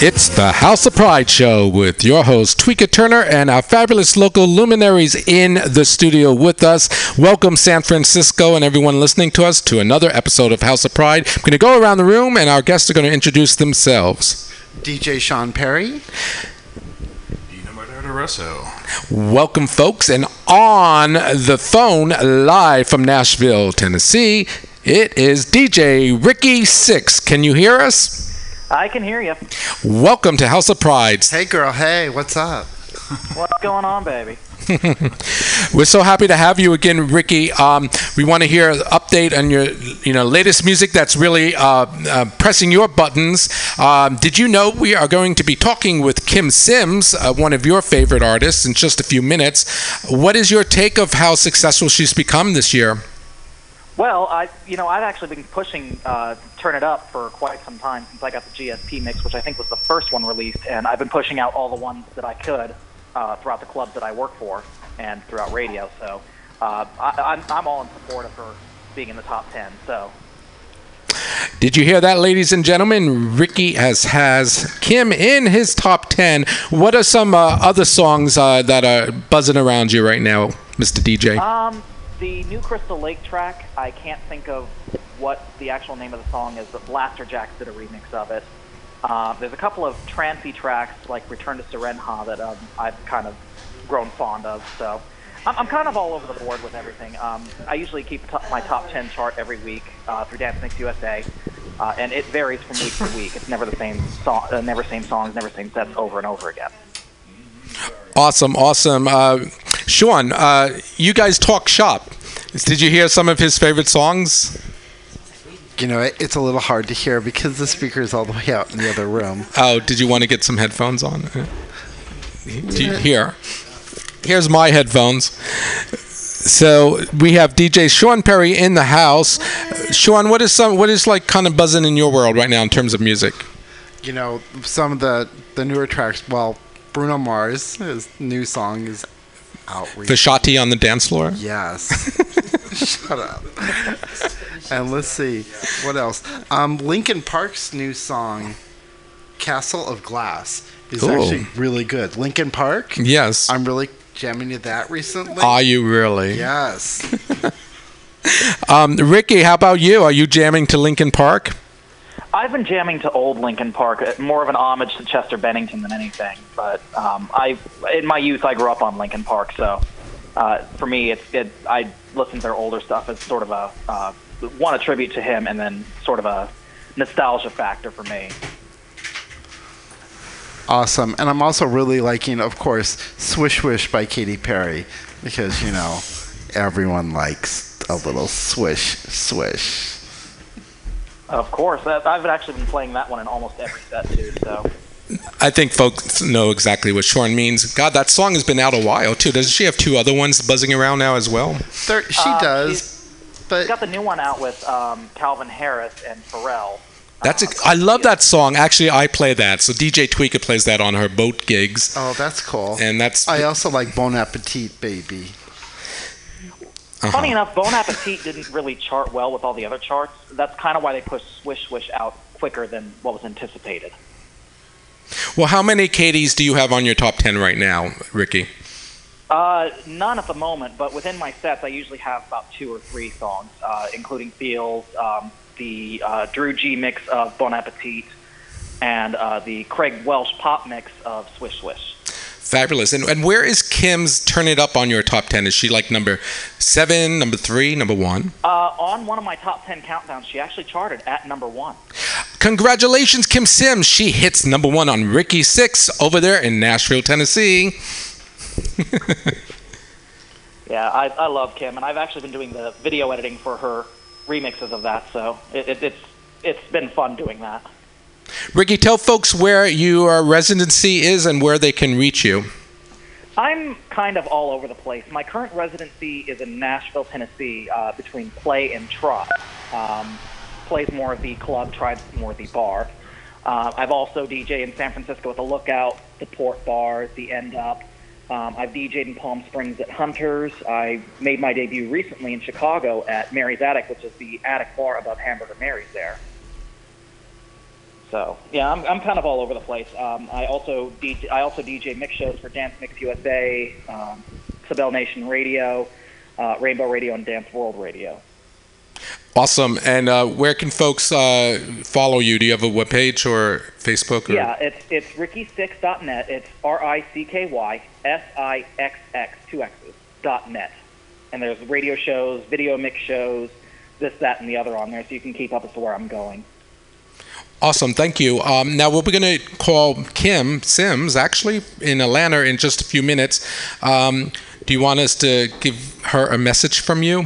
It's the House of Pride show with your host Tweeka Turner and our fabulous local luminaries in the studio with us. Welcome San Francisco and everyone listening to us to another episode of House of Pride. I'm going to go around the room and our guests are going to introduce themselves. DJ Sean Perry. Dina Bernardo Russo. Welcome folks and on the phone live from Nashville, Tennessee, it is DJ Ricky 6. Can you hear us? I can hear you. Welcome to House of Pride. Hey, girl. Hey, what's up? What's going on, baby? We're so happy to have you again, Ricky. Um, we want to hear an update on your, you know, latest music that's really uh, uh, pressing your buttons. Um, did you know we are going to be talking with Kim Sims, uh, one of your favorite artists, in just a few minutes? What is your take of how successful she's become this year? Well, I, you know, I've actually been pushing uh, "Turn It Up" for quite some time since I got the GSP mix, which I think was the first one released, and I've been pushing out all the ones that I could uh, throughout the clubs that I work for and throughout radio. So uh, I, I'm, I'm all in support of her being in the top ten. So Did you hear that, ladies and gentlemen? Ricky has has Kim in his top ten. What are some uh, other songs uh, that are buzzing around you right now, Mr. DJ? Um, the new Crystal Lake track, I can't think of what the actual name of the song is, but Blaster Jacks did a remix of it. Uh, there's a couple of trancy tracks like Return to Serenha that um, I've kind of grown fond of. So I'm, I'm kind of all over the board with everything. Um, I usually keep t- my top 10 chart every week uh, through Dance Mix USA, uh, and it varies from week to week. It's never the same song, uh, never same songs, never same sets over and over again. Awesome, awesome. Uh, Sean, uh, you guys talk shop. Did you hear some of his favorite songs? You know, it, it's a little hard to hear because the speaker is all the way out in the other room. Oh, did you want to get some headphones on? Uh, Do you, here. Here's my headphones. So we have DJ Sean Perry in the house. Uh, Sean, what is some what is like kind of buzzing in your world right now in terms of music? You know, some of the the newer tracks. Well, Bruno Mars' his new song is out. The Shotty on the dance floor? yes. Shut up. and let's see what else. Um, Linkin Park's new song, "Castle of Glass," is Cool. actually really good. Linkin Park. Yes. I'm really jamming to that recently. Are you really? yes. Um, Ricky, how about you? Are you jamming to Linkin Park? I've been jamming to old Lincoln Park, uh, more of an homage to Chester Bennington than anything. But um, I, in my youth, I grew up on Lincoln Park, so uh, for me, it's it, I listen to their older stuff as sort of a uh, one a tribute to him, and then sort of a nostalgia factor for me. Awesome. And I'm also really liking, of course, Swish Wish by Katy Perry because, you know, everyone likes a little swish, swish. Of course, that, I've actually been playing that one in almost every set too. So I think folks know exactly what Sean means. God, that song has been out a while too. Doesn't she have two other ones buzzing around now as well? There, she Uh, does. I got the But new one out with um, Calvin Harris and Pharrell. That's a, I love that song. Actually, I play that. So DJ Tweaker plays that on her boat gigs, oh, that's cool. and that's I also like Bon Appetit Baby. Funny enough, Bon Appetit didn't really chart well with all the other charts. That's kind of why they pushed Swish Swish out quicker than what was anticipated. well. How many Katie's do you have on your top ten right now, Ricky? Uh, none at the moment, but within my sets, I usually have about two or three songs, uh, including Feels, um, the uh, Drew G mix of Bon Appetit, and uh, the Craig Welsh pop mix of Swish Swish. Fabulous. And and where is Kim's "Turn It Up" on your top ten? Is she like number seven, number three, number one? Uh, on one of my top 10 countdowns, she actually charted at number one. Congratulations, Kim Sims. She hits number one on Ricky Six over there in Nashville, Tennessee. Yeah, I, I love Kim, and I've actually been doing the video editing for her remixes of that, so it, it, it's it's been fun doing that. Ricky, tell folks where your residency is and where they can reach you. I'm kind of all over the place. My current residency is in Nashville, Tennessee, uh, between Play and Trot. Um, plays more of the club, Trot's more of the bar. Uh, I've also DJ in San Francisco at the Lookout, the Port Bar, the End Up. Um, I've DJed in Palm Springs at Hunter's. I made my debut recently in Chicago at Mary's Attic, which is the attic bar above Hamburger Mary's there. So yeah, I'm, I'm kind of all over the place. Um, I also DJ, I also DJ mix shows for Dance Mix USA, um, Sabel Nation Radio, uh, Rainbow Radio, and Dance World Radio. Awesome. And uh, where can folks uh, follow you? Do you have a webpage or Facebook? Or? Yeah, it's it's rickysix.net. It's R I C K Y S I X X two X's dot net. And there's radio shows, video mix shows, this, that, and the other on there, so you can keep up with where I'm going. Awesome, thank you. Um, now we're going to call Kim Sims, actually, in Atlanta in just a few minutes. Um, do you want us to give her a message from you?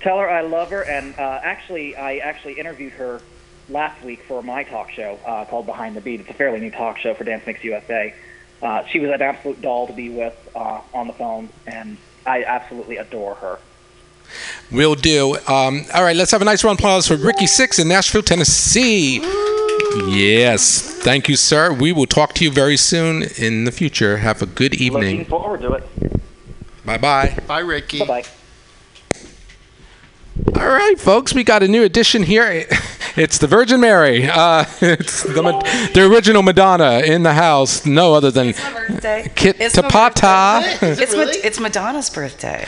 Tell her I love her, and uh, actually, I actually interviewed her last week for my talk show uh, called Behind the Beat. It's a fairly new talk show for Dance Mix USA. Uh, she was an absolute doll to be with uh, on the phone, and I absolutely adore her. Will do. Um, all right, let's have a nice round of applause for Ricky Six in Nashville, Tennessee. Yes, thank you, sir. We will talk to you very soon in the future. Have a good Looking evening. forward to it. Bye bye. Bye, Ricky. Bye bye. All right, folks, we got a new addition here. It's the Virgin Mary. Uh, it's the, Ma- the original Madonna in the house. No other than It's my birthday. Kit It's my Tapata. birthday. It's, Ma- really? it's Madonna's birthday.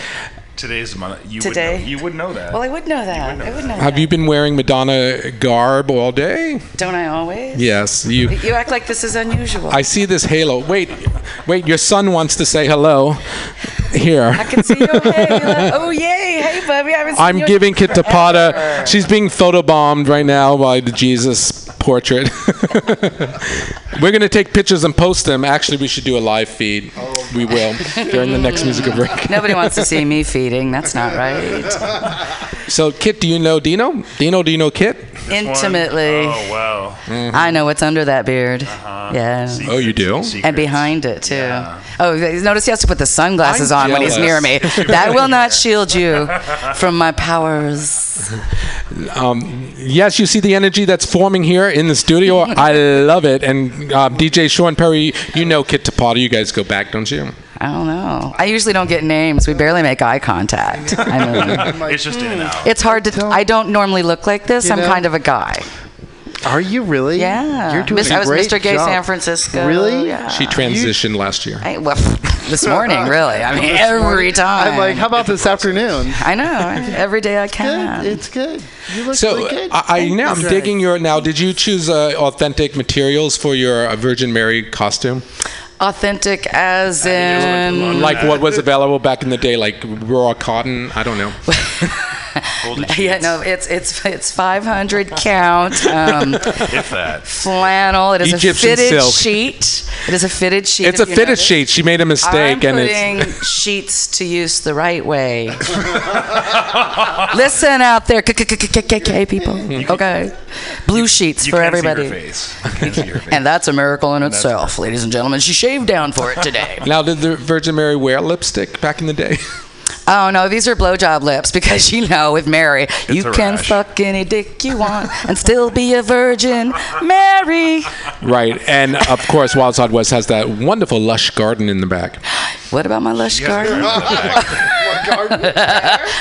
Today's month. You Today. Would know, you would know that. Well, I would know that. I would know Have you been wearing Madonna garb all day? that. Don't I always? Yes, you. You act like this is unusual. I see this halo. Wait, wait. Your son wants to say hello. Here. I can see you. Hey, you're like, oh yay! Hey, Bubby, I haven't seen I'm you in giving Kit Tapata. forever. She's being photobombed right now by the Jesus portrait. We're gonna take pictures and post them. Actually, we should do a live feed. we will during the next musical break. Nobody wants to see me feeding. That's not right. So, Kit, do you know Dino? Dino, do you know Kit? This one? Intimately, Oh Uh-huh. wow. I know what's under that beard. Yeah. Mm-hmm. Oh, you do? and behind it too. Oh, notice he has to put the sunglasses I'm on when he's near jealous. me. That will not shield you from my powers. Um, Yes, you see the energy that's forming here in the studio. I love it. And uh, DJ Sean Perry, you know Kit Tapata. You guys go back, don't you? I don't know. I usually don't get names. We barely make eye contact. I mean, It's just in and out. it's hard to. I don't normally look like this. You I'm know? kind of a guy. Are you really? Yeah. You're doing Miss- a I was great Mr. Gay job. San Francisco. Really? Yeah. She transitioned last year. I, well, this morning, really. I mean, every time. I'm like, how about this afternoon? I know. Every day I Good. can. It's good. You look So really good. I, I now I'm digging your now. Did you choose uh, authentic materials for your uh, Virgin Mary costume? Authentic as in. Like what was available back in the day, like raw cotton? I don't know. Folded Yeah, sheets, no, it's it's it's 500 count um, If that. flannel. It is Egyptian a fitted silk. sheet. It is a fitted sheet. It's a if you fitted notice. sheet. She made a mistake, I'm and putting it's sheets to use the right way. Listen out there, KKKKK people. Okay, blue sheets You for can't See your everybody. face. You can't see your face. And that's a miracle in itself, ladies and gentlemen. She shaved down for it today. now did the Virgin Mary wear lipstick back in the day? Oh no, these are blowjob lips because you know with Mary, you a can rash. fuck any dick you want and still be a virgin, Mary. right, and of course, Wild Side West has that wonderful lush garden in the back. What about my lush garden? Garden?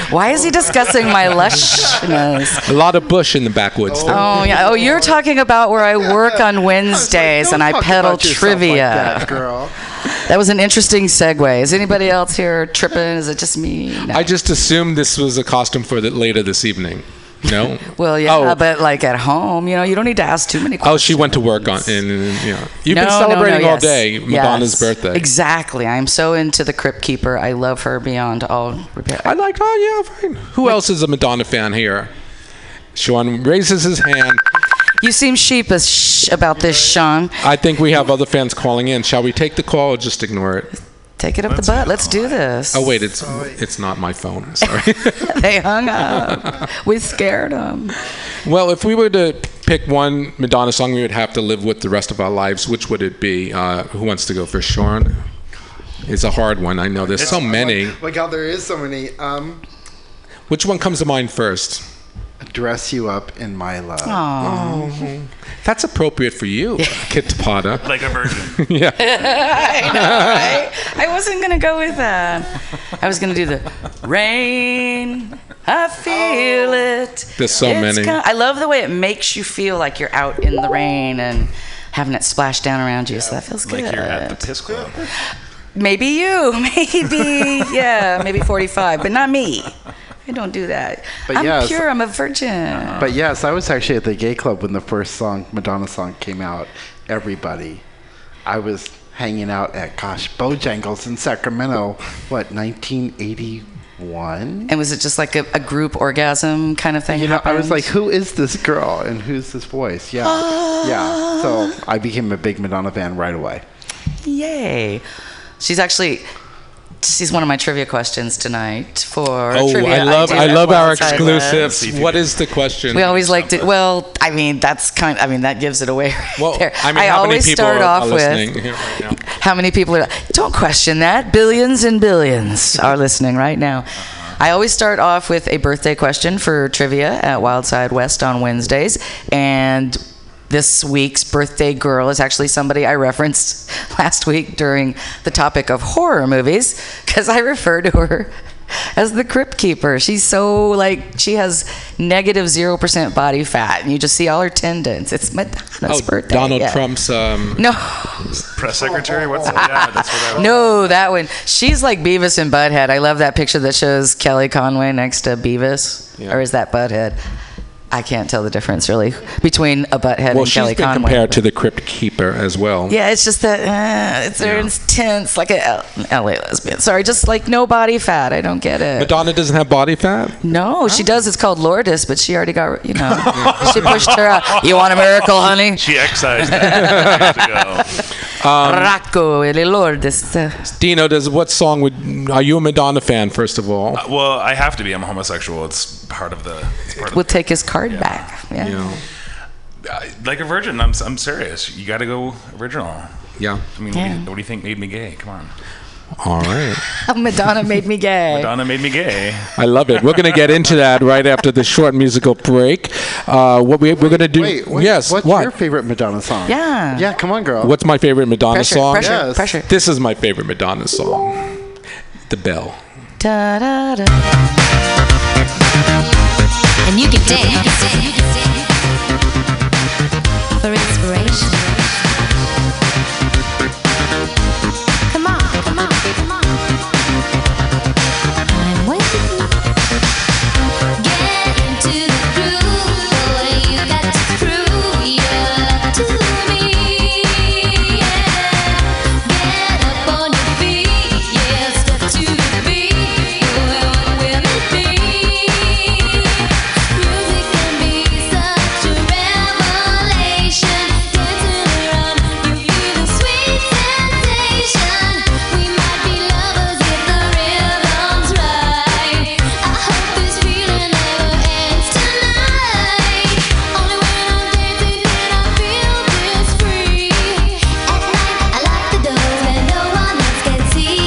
Why is he discussing my lushness? A lot of bush in the backwoods. there. Oh yeah. Oh, you're talking about where I work on Wednesdays Don't and I talk peddle about yourself like trivia. that, girl. that was an interesting segue. Is anybody else here tripping? Is it just me? No. I just assumed this was a costume for the, later this evening. No. well, yeah, Oh. but like at home, you know, you don't need to ask too many questions. Oh, she went to work on. And, and, yeah, you've No, been no, no, celebrating all yes. day Madonna's Yes. birthday. Exactly. I'm so into the Crypt Keeper. I love her beyond all repair. I like, oh yeah, fine. Who else is a Madonna fan here? Sean raises his hand. You seem sheepish about this, Sean. I think we have other fans calling in. Shall we take the call or just ignore it? Take it up the butt. Let's do this. Oh wait, it's it's not my phone. Sorry. They hung up. We scared them. well, if we were to pick one Madonna song we would have to live with the rest of our lives, which would it be? Uh, who wants to go first, Sean? It's a hard one. I know. There's so many. oh My God, there is so many. Um, Which one comes to mind first? dress you up in my love. Oh. That's appropriate for you, Kit Potter. Like a virgin. yeah. uh, I, I wasn't going to go with that. I was going to do the rain. I feel it. There's so It's many. co- I love the way it makes you feel like you're out in the rain and having it splash down around you. So that feels Like good. you're at the piss club. Maybe you, maybe yeah, maybe 45, but not me. I don't do that. But I'm yes. pure. I'm a virgin. But yes, I was actually at the gay club when the first song, Madonna song, came out. Everybody, I was hanging out at gosh Bojangles in Sacramento. What 1981? and was it just like a, a group orgasm kind of thing? You know, I was happened? like, who is this girl and who's this voice? Yeah, yeah. So I became a big Madonna fan right away. Yay. She's actually she's one of my trivia questions tonight for Oh, trivia. I love do I at love our Wild Side West. exclusives. See if you What can- is the question? We always like to well, I mean, that's kind I mean, that gives it away right well, there. I mean, how many always people start are, off are with listening here right now? how many people are don't question that. Billions and billions are listening right now. I always start off with a birthday question for trivia at Wildside West on Wednesdays and this week's birthday girl is actually somebody I referenced last week during the topic of horror movies because I refer to her as the crypt keeper. She's so like she has negative 0% body fat and you just see all her tendons. It's Madonna's Oh, birthday. Donald yeah. Trump's. Um, No. Press secretary? What's yeah, that's what I was. No, that one. She's like Beavis and Butthead. I love that picture that shows Kelly Conway next to Beavis. Yeah. Or is that Butthead? I can't tell the difference really between a Butthead well, and she's Kelly been Conway. compared to the Crypt Keeper as well. yeah, it's just that uh, it's they're intense, like a L- an LA lesbian. Sorry, just like no body fat. I don't get it. Madonna doesn't have body fat. no, she does. It's called Lourdes, but she already got you know she pushed her out. You want a miracle, honey? She excised that years ago. Rocco e le Lourdes. Uh, Um, Dino, does what song would? Are you a Madonna fan? First of all, Well, I have to be. I'm homosexual. It's part of the. It's part of We'll take his card back. Yeah. yeah, I- like a virgin. I'm, I'm serious. You got to go original. I yeah. mean, Yeah. what, do you, what do you think made me gay? Come on. All right. Madonna made me gay. Madonna made me gay. I love it. We're going to get into that right after the short musical break. Uh, what we, we're going to do? Wait, wait yes. What's what? your favorite Madonna song? Yeah. Yeah, come on, girl. What's my favorite Madonna pressure, song? pressure, Yes. pressure. This is my favorite Madonna song, "The Bell." Da, da, da. and you can dance for inspiration. Come on, come on, come on. I'm waiting. Get into the groove, boy. You got to prove your love to me. Yeah. Get up on your feet, yeah. Step to the beat, boy. Will it be? Music can be such a revelation. Dancing around, you feel the sweet sensation. We might be lovers if the rhythm's right. I hope this feeling never ends tonight. Only when I'm dancing can I feel this free. At night, I lock the doors where no one else can see.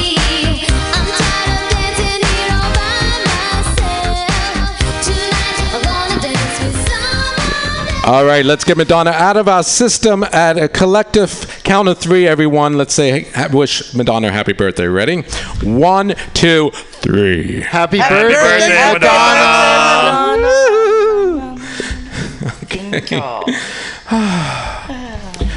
I'm tired of dancing here all by myself. Tonight, I'm gonna dance with someone. All right, let's get Madonna out of our system at a collective count of three, everyone. Let's say, ha- wish Madonna a happy birthday. Ready? One, two, three. Happy, birthday. Birthday, Madonna.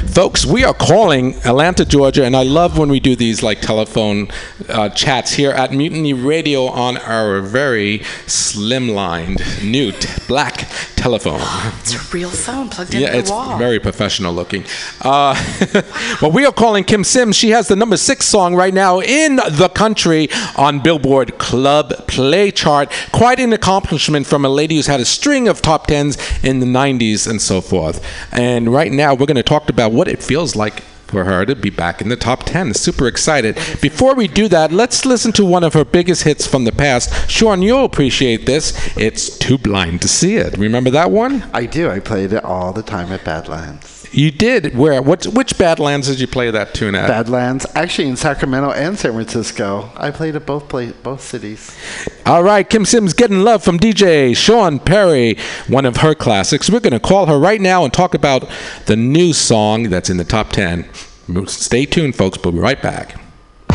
Folks, we are calling Atlanta, Georgia, and I love when we do these like telephone uh, chats here at Mutiny Radio on our very slimlined, new t- black telephone. It's a real phone plugged Yeah, into it's the wall. very professional looking. Uh, well, we are calling Kim Sims. She has the number six song right now in the country on Billboard Club Play Chart. Quite an accomplishment from a lady who's had a string of top tens in the 90s and so forth. And right now, we're going to talk about what it feels like for her to be back in the top 10. Super excited. Before we do that, let's listen to one of her biggest hits from the past. Sean, you'll appreciate this. It's Too Blind to See It. Remember that one? I do. I played it all the time at Badlands. You did. Where? What? Which Badlands did you play that tune at? Badlands, actually in Sacramento and San Francisco. I played at both pla both cities. All right, Kim Sims getting love from DJ Sean Perry, one of her classics. We're going to call her right now and talk about the new song that's in the top ten. Stay tuned, folks. We'll be right back. Too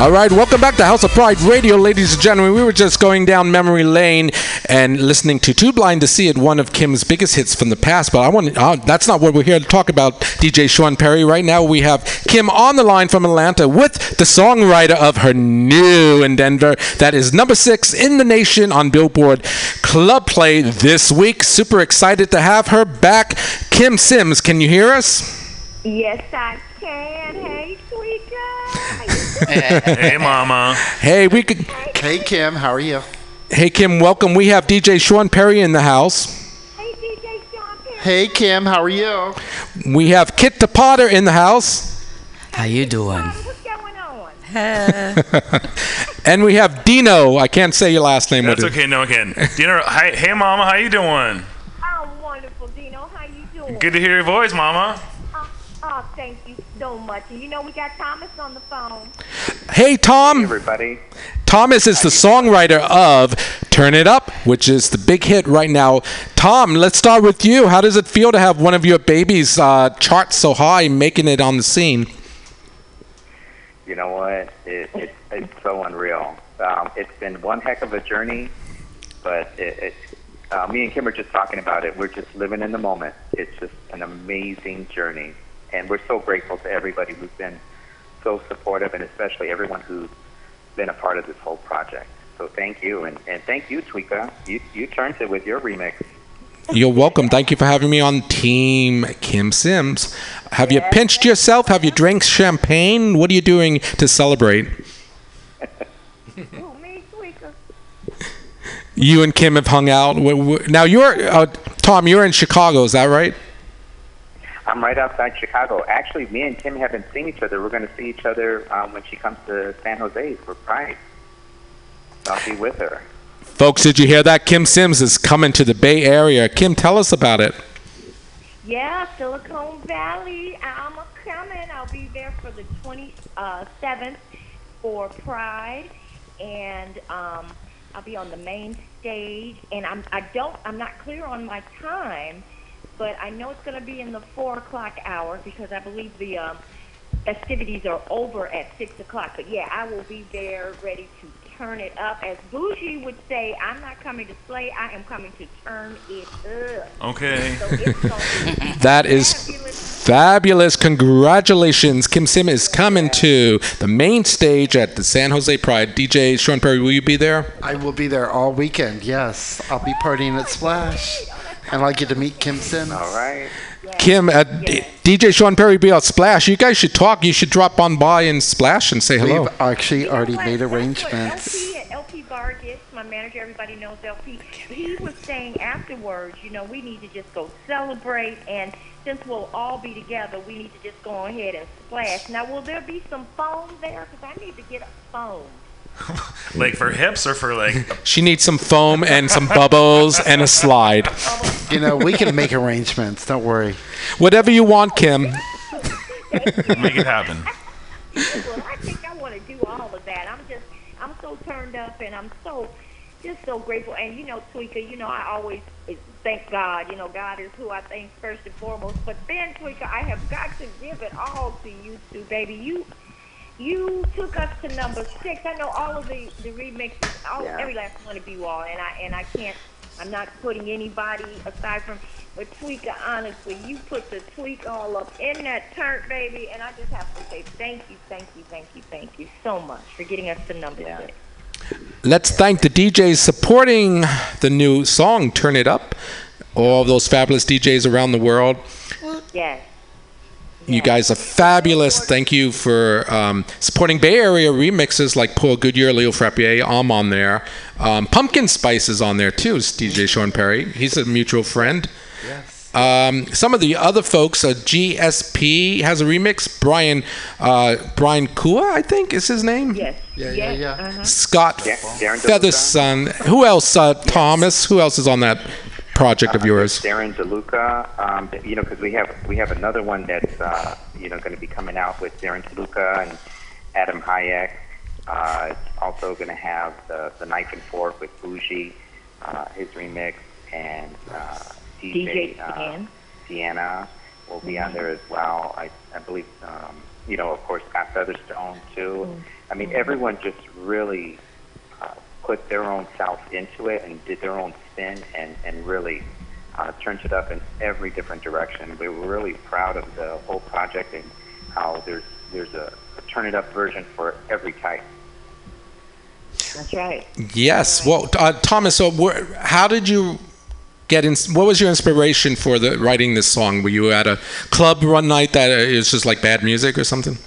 All right, welcome back to House of Pride Radio, ladies and gentlemen. We were just going down memory lane and listening to Too Blind to See It, one of Kim's biggest hits from the past. But I want uh, that's not what we're here to talk about, DJ Sean Perry. Right now, we have Kim on the line from Atlanta with the songwriter of her new endeavor that is number six in the nation on Billboard Club Play this week. Super excited to have her back. Kim Sims, can you hear us? Yes, I can. Hey, sweet guy. Hey, mama. Hey, we could. Hey, Kim, how are you? Hey, Kim, welcome. We have DJ Sean Perry in the house. hey, DJ Sean Perry. Hey, Kim, how are you? We have Kit the Potter in the house, How you doing? What's going on? Uh, and we have Dino. I can't say your last name. That's what it- okay. No, I can. Dinner. Hi, hey, mama. How you doing? I'm wonderful, Dino. How you doing? Good to hear your voice, mama. Uh, oh, thank you so much. And you know we got Thomas on the phone. Hey, Tom. everybody. Thomas is the songwriter of "Turn It Up," which is the big hit right now. Tom, let's start with you. How does it feel to have one of your babies uh, chart so high, making it on the scene? You know what? It, it, it's so unreal. Um, it's been one heck of a journey, but it, it, uh, me and Kim are just talking about it. We're just living in the moment. It's just an amazing journey, and we're so grateful to everybody who's been so supportive, and especially everyone who's been a part of this whole project. So thank you, and, and thank you, Tweeka. You you turned it with your remix. You're welcome. Thank you for having me on Team Kim Sims. Have you pinched yourself? Have you drank champagne? What are you doing to celebrate? Who me, Tweaker? You and Kim have hung out. Wh- wh- Now you're uh, Tom. You're in Chicago. Is that right? I'm right outside Chicago. Actually, me and Kim haven't seen each other. We're going to see each other um, when she comes to San Jose for Pride. I'll be with her. Folks, did you hear that? Kim Sims is coming to the Bay Area. Kim, tell us about it. Yeah, Silicon Valley. I'm a coming. I'll be there for the 27th for Pride, and um, I'll be on the main stage. And I'm I don't I'm not clear on my time, but I know it's going to be in the four o'clock hour because I believe the um, festivities are over at six o'clock. But yeah, I will be there, ready to turn it up. As Bougie would say, I'm not coming to play. I am coming to turn it up. Okay. So it's going to be That is fabulous. fabulous. Congratulations. Kim Sims is coming to the main stage at the San Jose Pride. DJ Sean Perry, will you be there? I will be there all weekend, yes. I'll be partying at Splash, and I'll get to meet Kim Sims. All right. Kim, uh, D- DJ Sean Perry be on Splash. You guys should talk. You should drop on by and Splash and say hello. We've actually already Well, made that's what arrangements. LP, at LP Vargas, my manager, everybody knows LP. He was saying afterwards, you know, we need to just go celebrate, and since we'll all be together, we need to just go ahead and splash. Now, will there be some foam there? Because I need to get a foam. Like for hips or for like She needs some foam and some bubbles and a slide. You know, we can make arrangements, don't worry. Whatever you want, Kim. make it happen. well, I think I want to do all of that. I'm just, I'm so turned up, and I'm so, just so grateful. And you know, Tweaker, you know, I always eh, thank God. You know, God is who I thank first and foremost. But then, Tweaker, I have got to give it all to you two, baby. You, you took us to number six. I know all of the the remixes, all Yeah. every last one of you all, and I and I can't. I'm not putting anybody aside from, but Tweaker, honestly, you put the tweak all up in that turn, baby, and I just have to say thank you, thank you, thank you, thank you so much for getting us to number Yeah. six. Let's thank the DJs supporting the new song Turn It Up. All those fabulous DJs around the world. Yes. You Yes. guys are fabulous. Thank you for um, supporting Bay Area remixes like Paul Goodyear, Leo Frappier. I'm on there. Um, Pumpkin Spice is on there too, is DJ Sean Perry. He's a mutual friend. Um, some of the other folks, uh, GSP has a remix. Brian uh, Brian Kua, I think is his name. Yes. Yeah, yeah, yes. yeah. Uh-huh. Scott Yeah, Darren Featherson. Who else? Uh, Thomas. Who else is on that project of yours? Darren Uh, DeLuca, um, you know, because we have we have another one that's uh, you know going to be coming out with Darren DeLuca and Adam Hayek. Uh, it's also going to have the, the knife and fork with Bougie, uh, his remix, and uh, DJ, DJ uh, Stan. Deanna will be on there as well. I, I believe, um, you know, of course, Pat Featherstone too. I mean, everyone just really uh, put their own self into it and did their own spin and and really uh, turned it up in every different direction. We were really proud of the whole project and how there's there's a, a turn it up version for every type. That's right. Yes. Well, uh, Thomas, so where, how did you get in? What was your inspiration for the writing this song? Were you at a club one night that uh, it was just like bad music or something?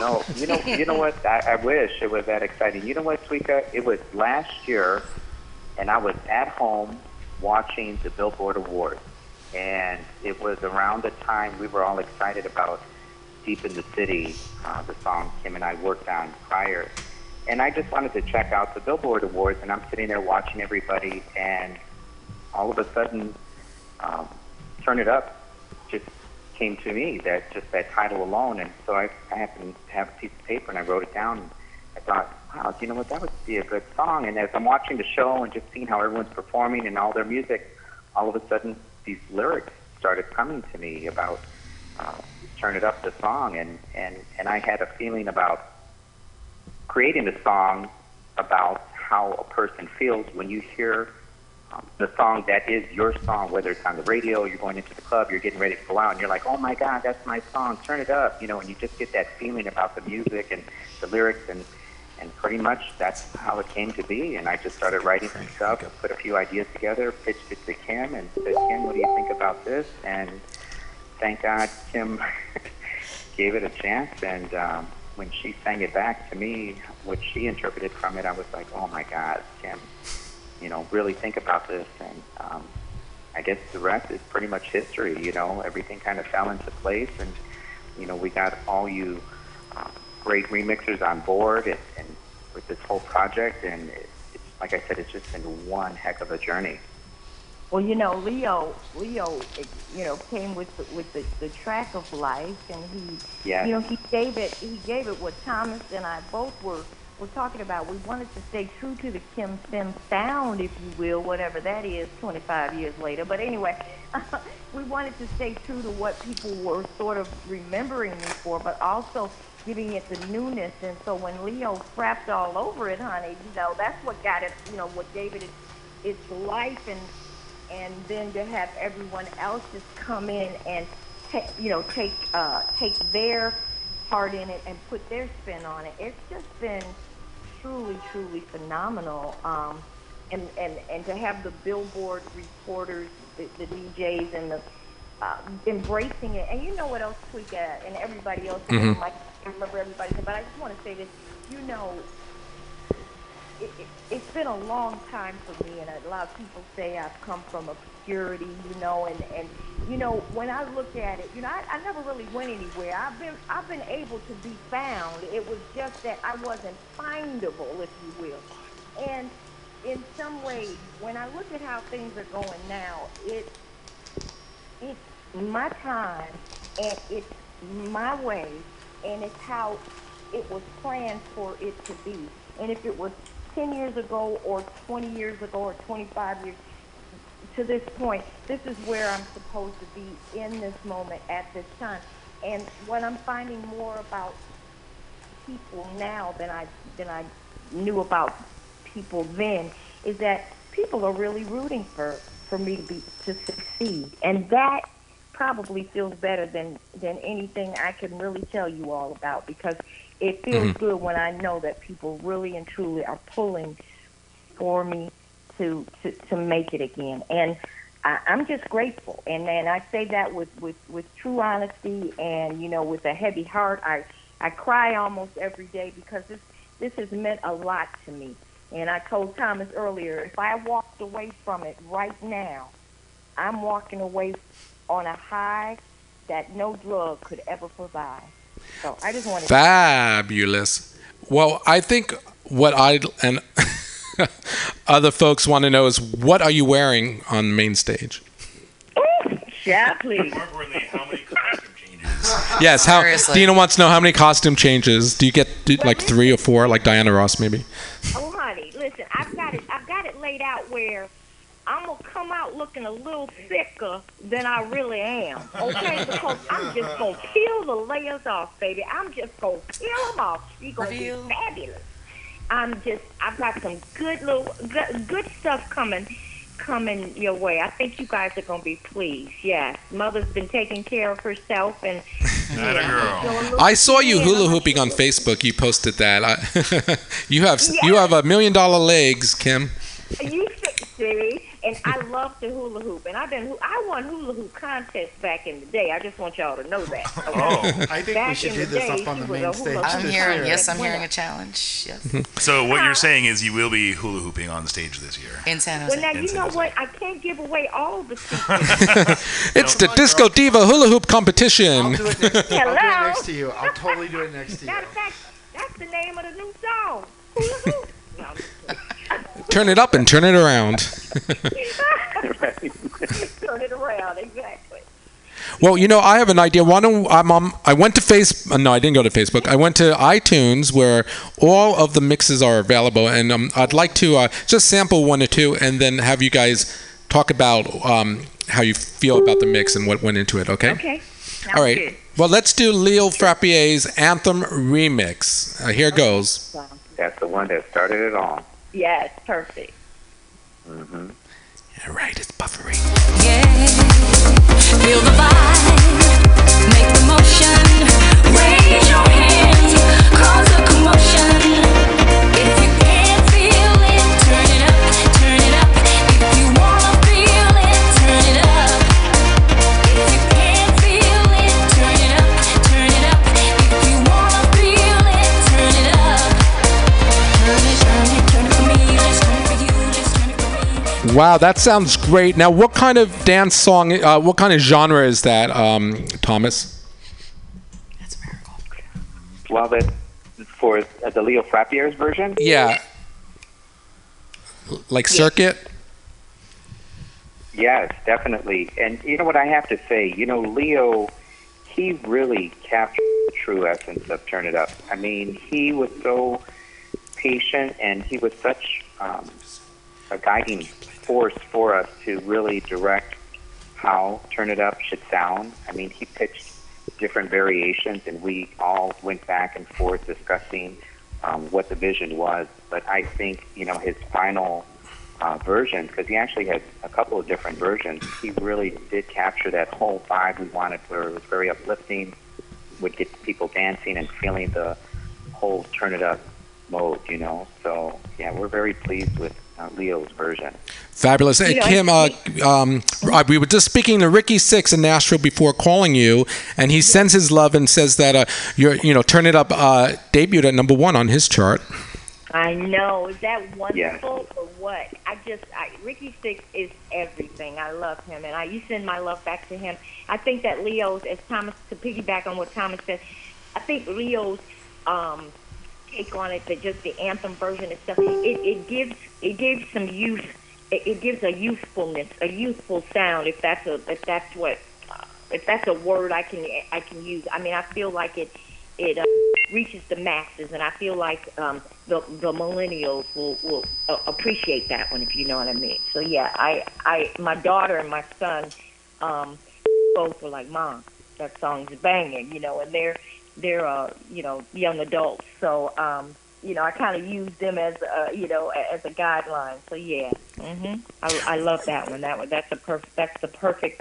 No, you know, you know what? I, I wish it was that exciting. You know what, Tweeka? It was last year, and I was at home watching the Billboard Awards, and it was around the time we were all excited about "Deep in the City," uh, the song Kim and I worked on prior. And I just wanted to check out the Billboard Awards, and I'm sitting there watching everybody, and all of a sudden, um, "Turn It Up" just came to me that just that title alone, and so I, I happened to have a piece of paper and I wrote it down. And I thought, wow, you know what, that would be a good song. And as I'm watching the show and just seeing how everyone's performing and all their music, all of a sudden these lyrics started coming to me about uh, "Turn It Up" the song, and and and I had a feeling about creating a song about how a person feels when you hear um, the song that is your song, whether it's on the radio, you're going into the club, you're getting ready to go out, and you're like, oh my God, that's my song, turn it up, you know, and you just get that feeling about the music and the lyrics, and, and pretty much that's how it came to be. And I just started writing some stuff, put a few ideas together, pitched it to Kim, and said, Kim, what do you think about this? And thank God Kim gave it a chance, and um, when she sang it back to me, what she interpreted from it, I was like, oh my God, Kim you know, really think about this. And um, I guess the rest is pretty much history. You know, everything kind of fell into place, and you know, we got all you uh, great remixers on board, and, and with this whole project. And it, it's like I said, it's just been one heck of a journey. Well, you know, Leo, Leo, it, you know, came with the, with the, the track of life, and he, Yes. you know, he gave it, he gave it what Thomas and I both were were talking about. We wanted to stay true to the Kim Sim sound, if you will, whatever that is, 25 years later. But anyway, we wanted to stay true to what people were sort of remembering me for, but also giving it the newness. And so when Leo frapped all over it, honey, you know, that's what got it, you know, what gave it its its life and and then to have everyone else just come in and ta- you know take uh, take their part in it and put their spin on it. It's just been truly truly phenomenal. Um, and, and, and to have the billboard reporters, the, the DJs, and the uh, embracing it. And you know what else, Tweeka, and everybody else, like, I remember everybody, but I just want to say this. You know, it, it, it's been a long time for me, and a lot of people say I've come from obscurity, you know, and, and you know, when I look at it, you know, I, I never really went anywhere. I've been I've been able to be found. It was just that I wasn't findable, if you will. And in some ways, when I look at how things are going now, it it's my time and it's my way and it's how it was planned for it to be. And if it was 10 years ago or 20 years ago or 25 years to this point, this is where I'm supposed to be in this moment at this time. And what I'm finding more about people now than I than I knew about people then is that people are really rooting for for me to be to succeed, and that probably feels better than than anything I can really tell you all about because it feels good when I know that people really and truly are pulling for me to to, to make it again and. I, I'm just grateful, and and I say that with, with, with true honesty, and you know, with a heavy heart. I I cry almost every day because this this has meant a lot to me. And I told Thomas earlier, if I walked away from it right now, I'm walking away on a high that no drug could ever provide. So I just wanted to Fabulous. Well, I think what I and other folks want to know is what are you wearing on main stage? Shapley. More importantly, how many costume changes? Yes. How Seriously. Dina wants to know how many costume changes do you get? Do, like three or four, like Diana Ross, maybe. Oh honey, listen, I've got it I've got it laid out where I'm gonna come out looking a little thicker than I really am, okay? Because I'm just gonna peel the layers off, baby. I'm just gonna peel them off. You gonna Reveal. be fabulous. I'm just, I've got some good little, good, good stuff coming, coming your way. I think you guys are gonna be pleased. Yes, mother's been taking care of herself and. That a girl. doing little I saw you things. hula hooping on Facebook. You posted that. I, you have you have a million dollar legs, Kim. You see, and I love to hula hoop, and I've been hoo- I won hula hoop contests back in the day. I just want y'all to know that. okay? Oh, I think we Back should in do the this day, up on she was a the main hula stage. hoop I'm this hearing, year. yes, I'm hearing a challenge. Yes. so what you're saying is you will be hula hooping on stage this year. In San Well, now Jose. you know what? I can't give away all the secrets. It's the Disco Diva Hula Hoop I'll competition. do it next, I'll do it Hello? next to you. I'll totally do it next to you. Matter of fact, that's the name of the new song. Hula hoop. No, I'm just Turn it up and turn it around. kidding. Turn it around, exactly. Well, you know, I have an idea. Why don't I'm on, I went to Face? uh, No, I didn't go to Facebook. I went to iTunes, where all of the mixes are available, and um, I'd like to uh, just sample one or two, and then have you guys talk about um, how you feel about the mix and what went into it. Okay. Okay. All right. Well, let's do Leo Frappier's Anthem remix. Uh, here goes. That's the one that started it all. Yes, perfect. hmm All right, it's buffering. Feel the vibe, make the motion, raise your hands, cause a commotion. If you can't feel it, turn it up, turn it up. If you wanna feel it, turn it up. If you can't feel it, turn it up, turn it up. If you wanna feel it, turn it up. Turn it, turn it, turn it for me, let's turn it for you, let's turn it for me. Wow, that sounds great. Now, what kind of dance song? Uh, what kind of genre is that, um, Thomas? That's a miracle. Well, that for uh, the Leo Frappier's version, Yeah. Like circuit? Yes, definitely. And you know what I have to say? You know, Leo, he really captured the true essence of Turn It Up. I mean, he was so patient and he was such um, a guiding force for us to really direct how Turn It Up should sound. I mean, he pitched different variations and we all went back and forth discussing um, what the vision was. But I think, you know, his final uh, version because he actually had a couple of different versions. He really did capture that whole vibe we wanted, where it was very uplifting, would get people dancing and feeling the whole turn it up mode, you know. So yeah, we're very pleased with uh, Leo's version. Fabulous. Hey, You know, Kim, uh, um, uh, we were just speaking to Ricky Six in Nashville before calling you, and he sends his love and says that uh, your, you know, Turn It Up uh, debuted at number one on his chart. I know. Is that wonderful Yes. or what? I just, I, Ricky Six is everything. I love him, and I you send my love back to him. I think that Leo's, as Thomas, to piggyback on what Thomas said, I think Leo's um, take on it, but just the anthem version and stuff, it, it gives it gives some youth. It, it gives a youthfulness, a youthful sound. If that's a, if that's what, if that's a word I can I can use. I mean, I feel like it it uh, reaches the masses, and I feel like um, the the millennials will will uh, appreciate that one, if you know what I mean. So yeah, I I my daughter and my son um, both were like, "Mom, that song's banging," you know, and they're they're uh, you know young adults, so um, you know I kind of use them as uh, you know a- as a guideline. So yeah, hmm I, I love that one. That one that's a perfect that's the perfect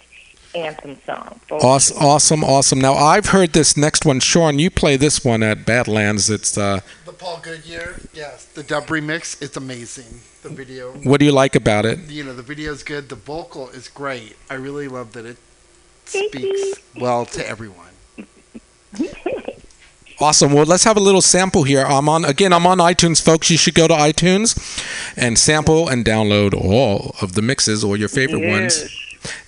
anthem song. For Awesome, awesome, awesome. Now, I've heard this next one. Sean, you play this one at Badlands. It's uh, The Paul Goodyear, yes. The dub remix is amazing. The video, What do you like about it? you know, the video's good. The vocal is great. I really love that it Thank you. speaks well to everyone. Awesome. Well, let's have a little sample here. I'm on again. I'm on iTunes, folks. You should go to iTunes and sample and download all of the mixes or your favorite ones.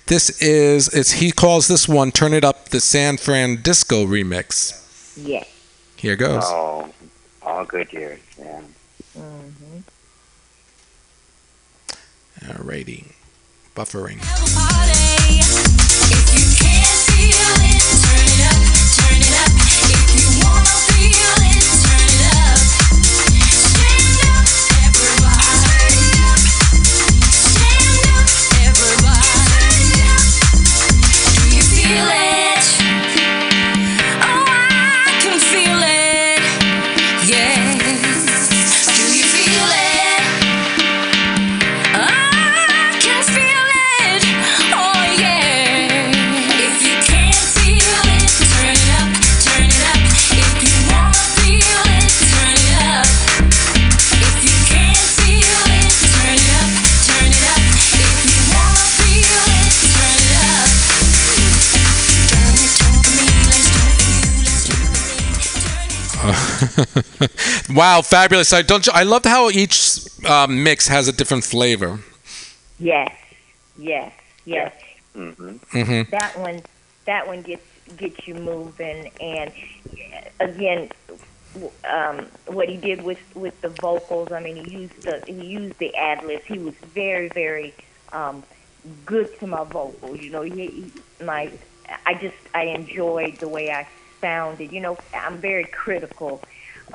This is it's he calls this one "Turn It Up" the San Fran Disco remix. Yes. Here goes. Oh, all good years, yeah. Mm-hmm. Alrighty, buffering. Have a party. If you can't feel it, turn it up, turn it up. If you wanna feel it, turn it up. Stand up, everybody. Stand up, wow, fabulous! I don't. you- I love how each um, mix has a different flavor. Yes, yes, yes. hmm Mm-hmm. That one, that one gets gets you moving. And again, w- um, what he did with with the vocals. I mean, he used the he used the ad libs. He was very very um, good to my vocals. You know, he, he my I just I enjoyed the way I sounded. You know, I'm very critical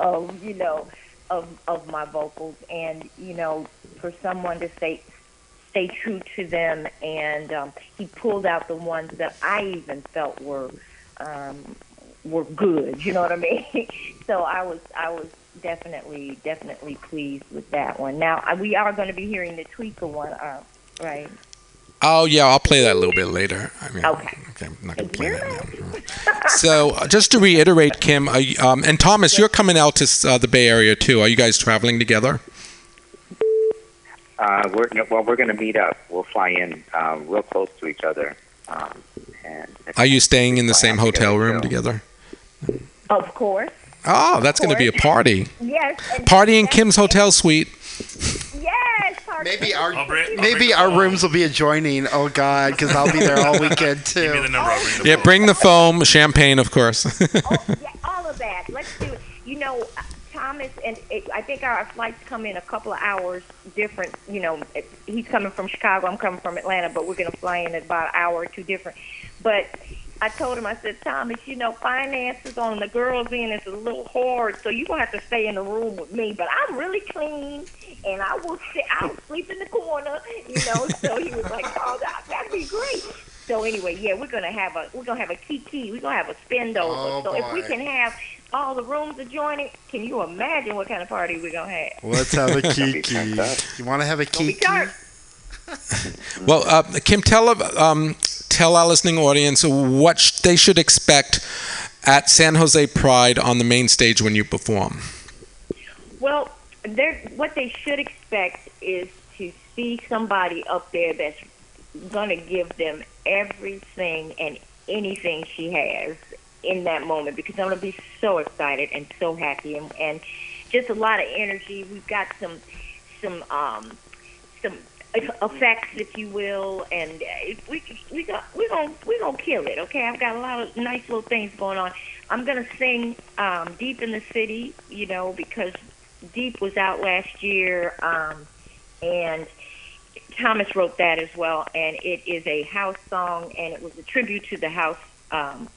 of you know of of my vocals, and you know, for someone to say stay true to them. And um, he pulled out the ones that I even felt were um, were good. You know what I mean? so I was I was definitely definitely pleased with that one. Now I- we are going to be hearing the tweaker one, uh, right? Oh yeah, I'll play that a little bit later. I mean, Okay. okay I'm not gonna play that now. So uh, just to reiterate, Kim are you- um, and Thomas, you're coming out to s- uh, the Bay Area too. Are you guys traveling together? Uh, we're no, well. We're going to meet up. We'll fly in uh, real close to each other. Um, and Are you staying in the same Fly out hotel room too. together? Of course. Oh, that's going to be a party. Yes. and- Party in Kim's hotel suite. Yes. Party. Maybe our I'll bring, I'll bring maybe the our phone. rooms will be adjoining. Oh God, because I'll be there all weekend Give me the too. number. I'll bring the Yeah, phone. bring the foam, champagne, of course. Oh, yeah, all of that. Let's do it. You know, uh, Thomas and it, I think our flights come in a couple of hours different. You know, it, he's coming from Chicago. I'm coming from Atlanta, but we're going to fly in at about an hour or two different. But I told him, I said, Thomas, you know, finances on the girls' end is a little hard, so you're going to have to stay in the room with me. But I'm really clean, and I will sit, I'll sleep in the corner, you know. so he was like, oh, that, that'd be great. So anyway, yeah, we're gonna have a we're gonna have a kiki, we're gonna have a spend over. Oh, so if we boy. can have all the rooms adjoining, can you imagine what kind of party we're gonna have? Let's have a be kiki. fantastic. You want to have a Gonna be kiki? dark. Well, uh, Kim, tell um, tell our listening audience what sh- they should expect at San Jose Pride on the main stage when you perform. Well, they're, what they should expect is to see somebody up there that's going to give them everything and anything she has in that moment because I'm going to be so excited and so happy and, and just a lot of energy. We've got some some um, some effects, if you will, and uh, we we got we gonna we gonna kill it. Okay, I've got a lot of nice little things going on. I'm gonna sing um, "Deep in the City," you know, because "Deep" was out last year, um, and Thomas wrote that as well. And it is a house song, and it was a tribute to the house. Um,